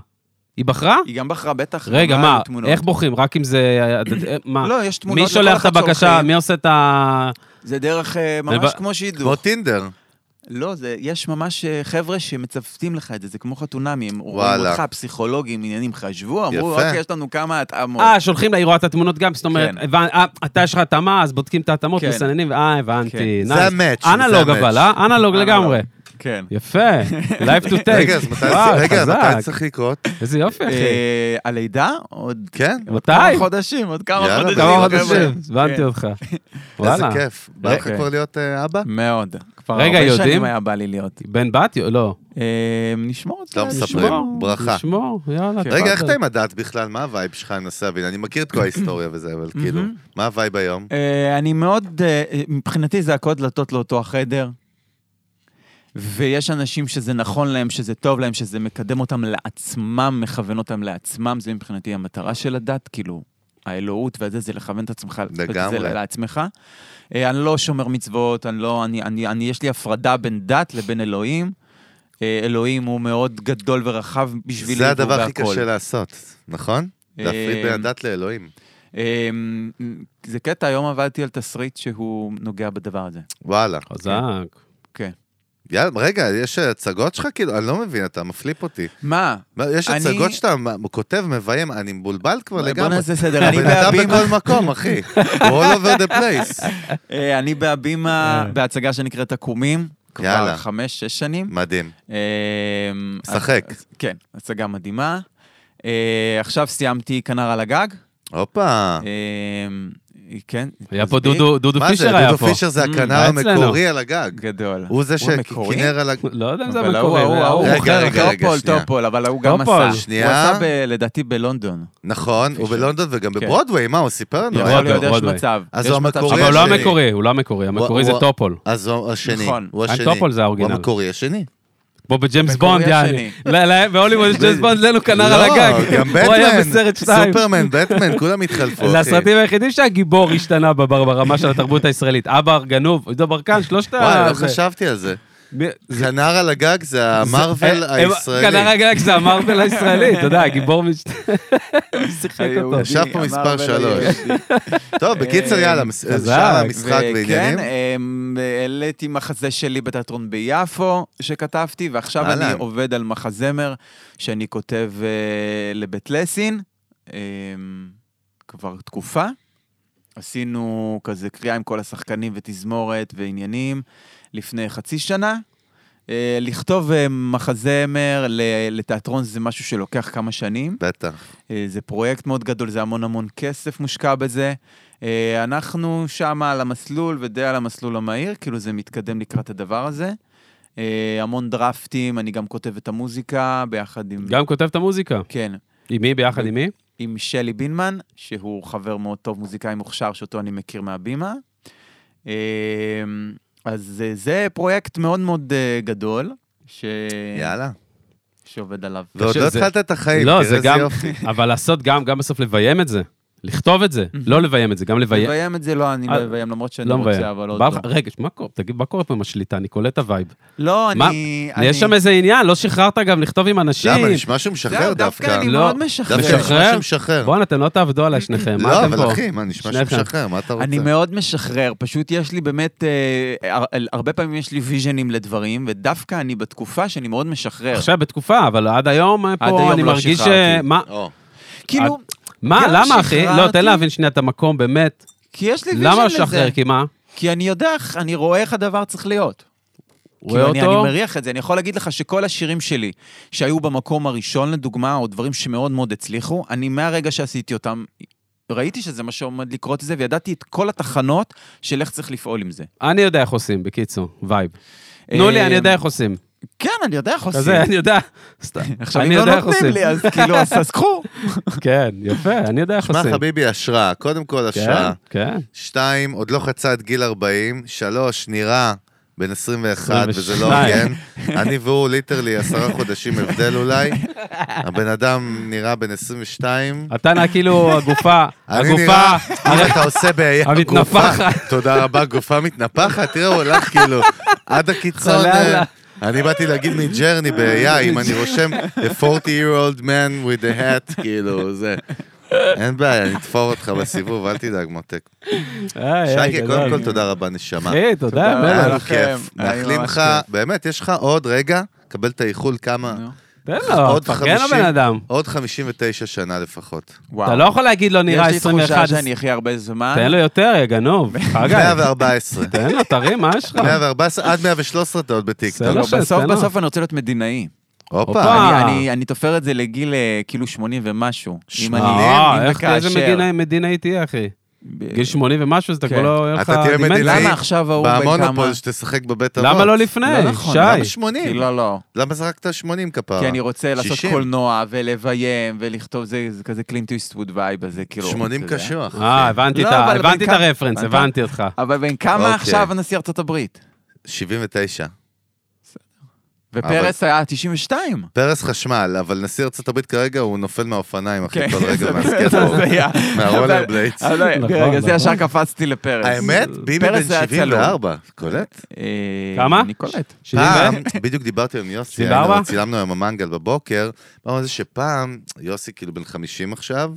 היא בחרה?
היא גם בחרה בטח...
רגע,
אמרה,
מה,
לא תמונות.
איך בוחרים? רק אם זה... אה, מה?
לא, יש תמונות,
מי
לכל
שולח את
אחד
הבקשה?
שולחים.
מי עושה את ה...
זה דרך אה,
זה
ממש
ב-
כמו שידוך.
כמו טינדר.
לא, זה, יש ממש אה, חבר'ה שמצוותים לך את זה, זה כמו חתונמי, הם רואים
וואלה.
אותך, פסיכולוגים, עניינים חשבו, אמרו,
יפה.
אוקיי, יש לנו כמה התאמות.
אה, שולחים לה, היא רואה את התמונות גם, זאת אומרת,
כן.
הבנ- אה, אתה יש לך התאמה, אז בודקים את ההתאמות,
כן.
מסננים, אה, הבנתי.
כן.
זה
nice.
המאץ', זה
אנלוג
המאץ'.
אבל, אה? אנלוג
אנלוג.
לגמרי.
כן.
יפה, Live to take.
רגע, אז מתי
וואו,
זה- רגע,
חזק.
מתי זה צריך לקרות?
איזה יופי, אחי.
אה, הלידה? עוד
כן,
עוד
מתי?
כמה חודשים, עוד כמה
יאללה,
חודשים.
כמה
חבר'ה.
חודשים, הבנתי
כן. [LAUGHS]
אותך.
לא, איזה
וואלה.
כיף. בא לך
רגע. כן,
כבר להיות אה, אבא?
מאוד. כבר
רגע,
הרבה
יודעים?
שנים היה בא לי להיות.
בן בת? לא.
אה, נשמור את זה.
לא
נשמור.
מספרים.
נשמור,
ברכה.
נשמור, יאללה.
רגע,
כן.
תפאדל.
איך אתה עם הדת בכלל? מה הווייב שלך? אני מנסה להבין. אני מכיר את כל ההיסטוריה וזה,
[CLEARS THROAT]
אבל כאילו,
מהמם.
מה הווייב היום?
אה, אני מאוד, אה, מבחינתי זה הכל דלתות לאותו החדר. ויש אנשים שזה נכון להם, שזה טוב להם, שזה מקדם אותם לעצמם, מכוון אותם לעצמם, זה מבחינתי המטרה של הדת, כאילו, האלוהות וזה, זה לכוון את עצמך,
לגמרי.
את זה לעצמך. אה, אני לא שומר מצוות, אני לא, אני, אני, אני, יש לי הפרדה בין דת לבין אלוהים. אה, אלוהים הוא מאוד גדול ורחב בשבילי, אה,
זה הדבר
והוא
הכי
בהכל.
קשה לעשות, נכון? להפריד בין הדת לאלוהים.
אמ, זה קטע, היום עבדתי על תסריט שהוא נוגע בדבר הזה.
וואלה.
חזק.
כן.
יאללה, רגע, יש אה, הצגות שלך? כאילו, אני לא מבין, אתה מפליפ אותי.
מה?
מה, יש
אני-
הצגות שאתה מ- כותב, מביים, אני מבולבל כבר
בוא
לגמרי.
נעשה סדר, אני
הבן אדם
בהבימה,
בכל מקום,
[LAUGHS]
אחי. הוא all over the place.
אה, אני בהבימה
אה.
בהצגה שנקראת עקומים, כבר
יאללה.
חמש, שש שנים.
מדהים.
אמ,
משחק.
אז- אז- כן, הצגה מדהימה. אה, עכשיו סיימתי כנר על הגג.
הופה.
אמ, כן.
היה פה
מספיק.
דודו, דודו
מה זה,
פישר היה פה.
דודו פישר זה
Mm,
הכנר
היה אצלנו.
המקורי על הגג.
גדול.
הוא זה
המקורי?
שכינר על הגג.
[LAUGHS] לא יודע אם זה
אבל ההוא,
המקורי.
ההוא,
זה
ההוא,
רגע,
מוכר,
רגע, רגע,
טופול,
שנייה.
טופול, אבל ההוא גם
טופול.
עשה.
שנייה.
הוא עשה ב- לדעתי בלונדון.
נכון, הוא
פישר.
בלונדון וגם
כן.
בברודוויי, מה, הוא סיפר
לא,
לנו. היה
יכול
ברודווי,
להיות, יש
ברודווי.
מצב.
אז
יש
הוא
מצב
המקורי
ש-
אבל הוא לא
השני.
המקורי, הוא לא המקורי, המקורי זה
הוא-
טופול.
אז הוא השני,
נכון.
הוא השני.
טופול זה האוריגינל.
הוא המקורי השני.
כמו בג'יימס
המקורי
בונד, יעני.
השני.
לא, לא, בהוליווד יש ג'יימס בונד, לנו כנר על
לא,
הגג.
גם
הוא היה
בטמן,
בסרט שתיים.
סופרמן, בטמן, כולם התחלפו,
זה
אחי.
הסרטים היחידים שהגיבור השתנה בבר- ברמה של התרבות הישראלית. אבא גנוב, עידו ברקן, שלושת
וואי, לא
זה-
חשבתי על זה.
מי- זה-
כנר על הגג זה המרוויל
אה, הם- כנר
הישראלי.
הגג זה המרוויל הישראלי, אתה יודע, הגיבור
[LAUGHS]
מש... שיחק אותו.
היהודי,
ישב פה
אמר
מספר
בן
שלוש.
היהודי.
טוב, בקיצר,
אה,
יאללה, מס- שאר המשחק
וכן,
בעניינים.
אמ, העליתי מחזה שלי בתיאטרון ביפו שכתבתי, ועכשיו אני
אהלן.
עובד על מחזמר שאני כותב אה, לבית לסין, אמ, כבר תקופה. עשינו כזה קריאה עם כל השחקנים ותזמורת ועניינים לפני חצי שנה. אה, לכתוב אה, מחזמר ל- לתיאטרון זה משהו שלוקח כמה שנים.
בטח.
אה, זה פרויקט מאוד גדול, זה המון המון כסף מושקע בזה. אה, אנחנו שם על המסלול ודי על המסלול המהיר, כאילו זה מתקדם לקראת הדבר הזה. אה, המון דרפטים, אני גם כותב את המוזיקה ביחד עם...
גם כותב את המוזיקה.
כן,
עם מי ביחד עם מי?
עם שלי בינמן, שהוא חבר מאוד טוב, מוזיקאי מוכשר, שאותו אני מכיר מהבימה. אה, אז אה, זה פרויקט מאוד מאוד אה, גדול, ש...
יאללה.
שעובד עליו.
ועוד
קשה,
לא
זה-
התחלת את החיים,
לא,
תראה
זה
איזה
[LAUGHS] גם-
יופי.
אבל לעשות גם, גם בסוף לביים את זה. לכתוב את זה,
Mhm.
לא לביים את זה, גם לביים.
מביים את זה לא, אני לא
אה,
מביים, למרות שאני
לא מביים.
רוצה, אבל עוד
בא
לא.
לך- רגע, מה קורה? תגיד, מה קורה פה עם השליטה? אני קולט את הווייב.
לא,
מה?
אני... אני-
יש שם איזה עניין, לא שחררת גם לכתוב עם אנשים.
למה? נשמע שהוא
זהו,
משחרר
דווקא
דווקא.
אני
לא.
מאוד משחרר.
דווקא נשמע
משחרר?
שהוא משחרר.
בואנה, אתם לא תעבדו עליי שניכם, מה
לא,
אתם
אבל
פה?
אחי, מה, נשמע שהוא
שניכם.
משחרר, מה אתה רוצה?
אני מאוד משחרר, פשוט יש לי באמת, אה, הר- הרבה פעמים יש לי ויז'נים לדברים, ודווקא אני בתקופה שאני מאוד משחרר.
עכשיו בתקופה, אבל עד היום אה,
עד
פה
היום
אני
לא
מרגיש ש...
שחררתי.
מה-
או,
כאילו,
מה,
גם
למה אחי? לא,
שחררתי.
תן להבין שנייה את המקום, באמת.
כי יש לי ויז'ן לזה.
למה לשחרר? כי מה?
כי אני יודע, אני רואה איך הדבר צריך להיות.
רואה
כאילו, אני,
אותו?
אני מריח את זה, אני יכול להגיד לך שכל השירים שלי, שהיו במקום הראשון לדוגמה, או דברים שמאוד מאוד הצליחו, אני מהרגע שעשיתי אותם, ראיתי שזה מה שעומד לקרות לזה, וידעתי את כל התחנות של איך צריך לפעול עם זה.
אני יודע איך עושים, בקיצור, וייב. תנו לי,
אה,
אני יודע איך עושים.
כן, אני יודע איך עושים.
כזה, אני יודע. סתם.
[LAUGHS] עכשיו,
אני
אם לא
יודע איך
נותנים
עושים.
לי, אז כאילו, אז אז קחו.
כן, יפה, אני יודע איך
שמע
עושים.
חביבי, השראה. קודם כל
כן,
השראה.
כן.
שתיים, עוד לא חצה את גיל 40. שלוש, נראה בן 21, וזה לא
22.
הוגן. אני והוא ליטרלי עשרה חודשים הבדל אולי. הבן אדם נראה בן 22.
אתה נראה
[LAUGHS]
כאילו הגופה,
אני
הגופה,
נראה, אם אתה עושה בעיה,
[LAUGHS] המתנפחת.
גופה, תודה רבה, גופה מתנפחת, תראה, הוא הלך כאילו עד הקיצון.
חלאלה.
אה, אני באתי להגיד מג'רני ב-AI, אם אני רושם a 40-year-old man with a hat, כאילו, זה. אין בעיה, אני אתפור אותך בסיבוב, אל תדאג, מותק.
אה, אה,
שייקה,
גדול.
קודם כל תודה רבה, נשמה.
אחי, תודה,
תודה
היה
מלך.
לנו
לכם,
כיף.
היה
מאחלים
אה, ממש
לך,
כיף.
באמת, יש לך עוד רגע, קבל את האיחול כמה,
נו,
תן לו,
אה, עוד
תפרגן
חמישים.
לבן אדם.
עוד 59 שנה לפחות.
וואו.
אתה לא יכול להגיד לו נראה
יש לי
21,
תחושה שאני אחיה הרבה זמן.
תן לו יותר, יא גנוב. חגי,
114.
תן לו, תרים, מה יש לך?
114, עד 113 אתה עוד
בסדר.
בטיקטוק.
לא,
לא שס,
בסוף
תן לו. אה.
בסוף אני רוצה להיות מדינאי.
הופה.
הופה.
אני- אני- אני תופר את זה לגיל אה, כאילו 80 ומשהו. אם אני...
אה,
אם
איך, איזה
וכאשר.
מדינאי- מדינאי תהיה, אחי?
ב-
גיל 80 ומשהו, אז אתה
כן.
כבר לא... יהיה
אתה
לך
תהיה
דמנציה.
מדינאי?
למה עכשיו ההוא בן כמה?
מהמונופול שתשחק בבית אבות.
למה לא לפני?
לא נכון,
שי.
למה 80?
כי לא, לא.
למה זרקת 80 כפרה?
כי אני רוצה לעשות
60.
קולנוע ולביים ולכתוב זה זה כזה קלינט איסטווד וייב הזה, כאילו.
80
אתה יודע.
קשוח.
אה, הבנתי
לא,
את ה-
אבל
הבנתי את
בן כמה-
הרפרנס,
הבנת?
הבנתי אותך.
אבל בן כמה
אוקיי.
עכשיו נשיא ארצות הברית?
79.
ופרס היה 92.
פרס חשמל, אבל נשיא ארצות הברית כרגע הוא נופל מהאופניים, אחי,
כן,
כל
[LAUGHS]
רגע
זה-
מהסקטבורג.
זה היה.
מהרולר בליידס.
אבל- אבל-
נכון,
בגלל זה
נכון.
ישר קפצתי לפרס.
האמת, ביבי
פרס
בן
היה צלול.
74, קולט?
אה,
כמה?
אני קולט.
שבעים [LAUGHS]
פעם,
וארבע?
בדיוק דיברתי עם יוסי,
74?
היינו- צילמנו היום המנגל בבוקר, אמרנו על זה שפעם, יוסי כאילו בן 50 עכשיו,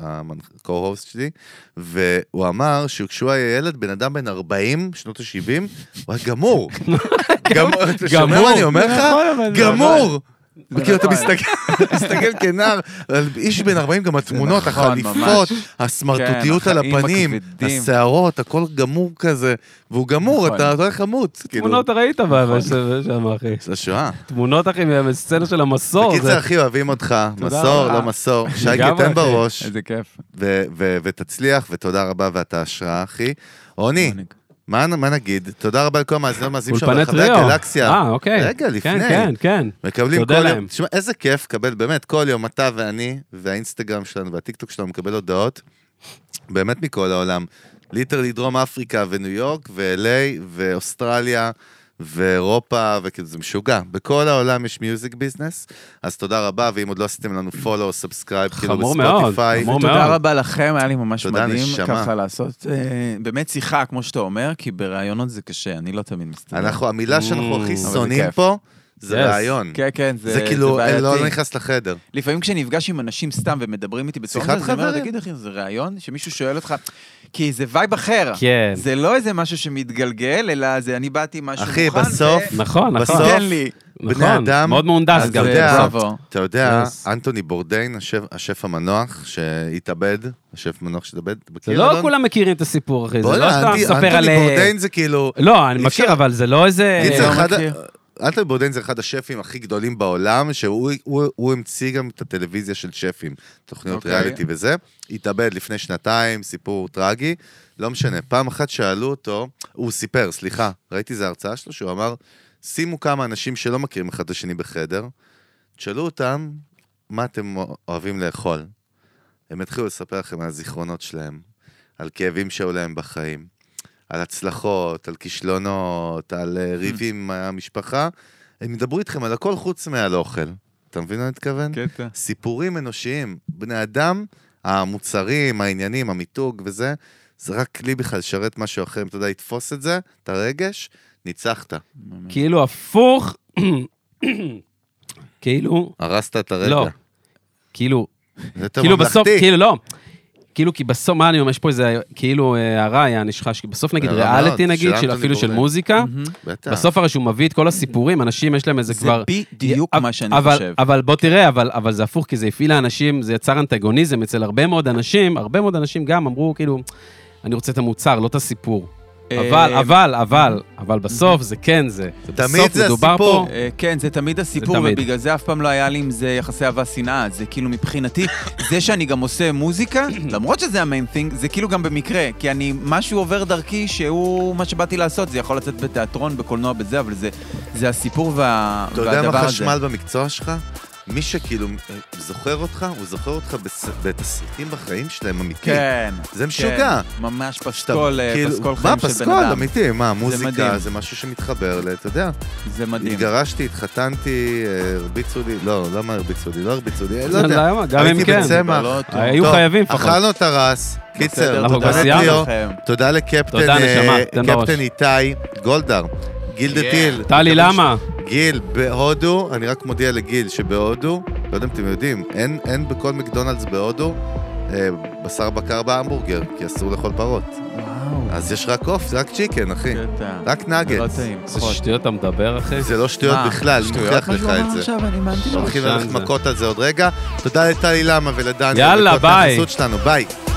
ה-co-host שלי, והוא אמר שכשהוא היה ילד, בן אדם בן 40, שנות ה-70, הוא היה
[LAUGHS]
גמור. גמור. אתה שומע
גמור.
מה אני אומר לך?
נכון, אבל זה
גמור. כאילו אתה
נכון.
מסתכל, [LAUGHS] אתה מסתכל כנער, על איש בן 40, גם התמונות,
נכון,
החליפות,
ממש.
הסמרטוטיות
כן,
על
החיים
הפנים,
הכבדים.
השערות, הכל גמור כזה, והוא גמור,
נכון.
אתה הולך למות. כאילו.
תמונות ראית אבל זה שם, אחי.
זה השואה.
תמונות, אחי, מהסצנה של המסור.
בקיצר,
זה-
אחי, אוהבים אותך.
תודה
מסור,
רבה.
לא מסור. שייקה,
לגמרי,
תן
אחי. אה,
בראש,
איזה כיף.
ו- ו- ותצליח, ותודה רבה, ואתה השראה, אחי.
אה,
רוני, מה מה נגיד? תודה רבה לכל המאזינים המאזינים שלנו
אולפני
ברחבי
טריו.
הגלקסיה.
אה, אוקיי.
רגע, לפני.
כן, כן, כן.
מקבלים כל
תודה להם.
יום, תשמע, איזה כיף לקבל באמת כל יום, אתה ואני, והאינסטגרם שלנו והטיקטוק שלנו מקבל הודעות, באמת מכל העולם, ליטרלי דרום אפריקה וניו יורק ו-LA ואוסטרליה ואירופה, וכאילו זה משוגע, בכל העולם יש מיוזיק ביזנס, אז תודה רבה, ואם עוד לא עשיתם לנו פולו, סאבסקרייב, כאילו
חמור מאוד,
בספוטיפיי,
חמור מאוד.
תודה רבה לכם, היה לי ממש
תודה,
מדהים
נשמה.
ככה לעשות אה, באמת שיחה, כמו שאתה אומר, כי בראיונות זה קשה, אני לא תמיד מסתדר.
אנחנו, המילה שאנחנו
Mm,
הכי
אבל
זה
שונאים
כיף.
פה, זה
Yes.
רעיון.
כן, כן, זה
זה כאילו,
זה
אה, לא
בעייתי.
נכנס לחדר.
לפעמים כשנפגש עם אנשים סתם ומדברים איתי בצורה
שיחת
כזאת, אני אומר,
חברים.
תגיד אחי, זה ראיון? שמישהו שואל אותך, כי זה וייב אחר.
כן.
זה לא איזה משהו שמתגלגל, אלא זה אני באתי עם משהו
אחי,
מוכן.
בסוף-
ו-
נכון, נכון.
בסוף-
תן לי.
בני
נכון.
אדם,
מאוד מהונדס
אז
גם.
אתה יודע,
בראבו.
אתה יודע,
Yes.
אנטוני בורדיין, השף- השף המנוח שהתאבד, השף המנוח שהתאבד, אתה
זה
מכיר?
לא
אלון?
כולם מכירים את הסיפור, אחי. זה
בוא'נה,
לא שאתה
אנטי-
מספר על...
אנטוני בורדיין זה כאילו...
לא, אני
אי אפשר-
מכיר, אבל זה לא איזה...
קיצר,
לא
אחד ה-
מכיר.
אנטוני בורדיין זה אחד השפים הכי גדולים בעולם, שהוא הוא- הוא המציא גם את הטלוויזיה של שפים, תוכניות
אוקיי.
ריאליטי וזה. התאבד לפני שנתיים, סיפור טרגי. לא משנה, פעם אחת שאלו אותו, הוא סיפר, סליחה, ראיתי איזה הרצאה שלו, שהוא אמר, שימו כמה אנשים שלא מכירים אחד את השני בחדר, תשאלו אותם מה אתם אוהבים לאכול. הם יתחילו לספר לכם על הזיכרונות שלהם, על כאבים שהיו להם בחיים, על הצלחות, על כישלונות, על
Mm.
אה, ריבים עם המשפחה. הם ידברו איתכם על
כן.
הכל חוץ מעל אוכל. אתה מבין מה אני מתכוון?
קטע.
סיפורים אנושיים. בני אדם, המוצרים, העניינים, המיתוג וזה, זה רק כלי בכלל לשרת משהו אחר, אם אתה יודע לתפוס את זה, את הרגש, ניצחת.
כאילו הפוך, [COUGHS] כאילו,
הרסת את הרגע.
לא, כאילו,
זה יותר
כאילו בסוף,
ממלכתי.
כאילו לא. כאילו, כי בסוף, מה אני אומר, יש פה איזה, כאילו, אה, הרע היה נשחש, כי בסוף נגיד
הרע
ריאליטי
מאוד,
נגיד,
של
של
אנתוני
אפילו של
בורדן.
מוזיקה,
בטח.
בסוף הרי שהוא מביא את כל הסיפורים, אנשים יש להם איזה
זה
כבר...
בדיוק
אבל-
מה שאני
אבל,
חושב.
אבל בוא תראה, אבל, אבל זה הפוך, כי זה הפעיל לאנשים, זה יצר אנטגוניזם אצל הרבה מאוד אנשים, הרבה מאוד אנשים גם אמרו, כאילו, אני רוצה את המוצר, לא את הסיפור. אבל,
אה,
אבל, אבל, אבל בסוף זה כן זה. בסוף
תמיד זה
מדובר
הסיפור.
פה-
אה, כן, זה תמיד הסיפור,
תמיד.
ובגלל זה אף פעם לא היה לי עם זה יחסי אהבה שנאה. זה כאילו
[COUGHS]
מבחינתי, זה שאני גם עושה מוזיקה, למרות שזה המיין תינג, זה כאילו גם במקרה, כי אני, משהו עובר דרכי שהוא מה שבאתי לעשות, זה יכול לצאת בתיאטרון, בקולנוע, בזה, אבל זה, זה הסיפור וה,
אתה יודע
והדבר
מה
הזה.
חשמל במקצוע שלך? מי שכאילו אה, זוכר אותך, הוא זוכר אותך בס- בתסריטים בחיים שלהם אמיתי.
כן.
זה משוגע.
כן, ממש
שאתה-
פסקול, אה,
כאילו,
פסקול
מה
חיים של בן
פסקול?
אדם.
אמיתי, מה,
מדהים.
מוזיקה זה משהו שמתחבר ל... אתה יודע,
זה מדהים.
התגרשתי, התחתנתי, אה, הרביצו לי, לא, למה הרביצו לי? לא הרביצו לי, לא
לא
יודע.
יודע, גם אם
הייתי
כן.
בצמח.
אבל לא אותו.
היו
טוב,
חייבים לפחות.
אכלנו את הרס, קיצר,
בסדר,
אנחנו
תודה
כבר סיימנו.
לליאור,
לכם.
תודה לקפטן
תודה, נשמה,
אה,
תן בראש.
קפטן איתי גולדהר, גיל דה
Yeah.
טיל.
טלי, למה?
גיל, בהודו, אני רק מודיע לגיל שבהודו, לא יודע אם אתם יודעים, אין, אין בכל מקדונלדס בהודו אה, בשר בקר בהמבורגר, כי אסור לאכול פרות.
וואו,
אז יש רק עוף, זה רק צ'יקן, אחי.
קטע.
רק נגטס.
כן. לא טעים,
איזה
פחות.
שטויות אתה מדבר, אחי.
זה לא שטויות
מה,
בכלל, אני
שטויות?
מוכיח
מה
לך
שהוא אמר
את זה.
עכשיו, אני האמנתי לו.
הולכים
שם
ללכת
זה.
מכות על זה עוד רגע. תודה לטלי למה ולדן.
יאללה,
ולכל
ביי.
החסות שלנו, ביי.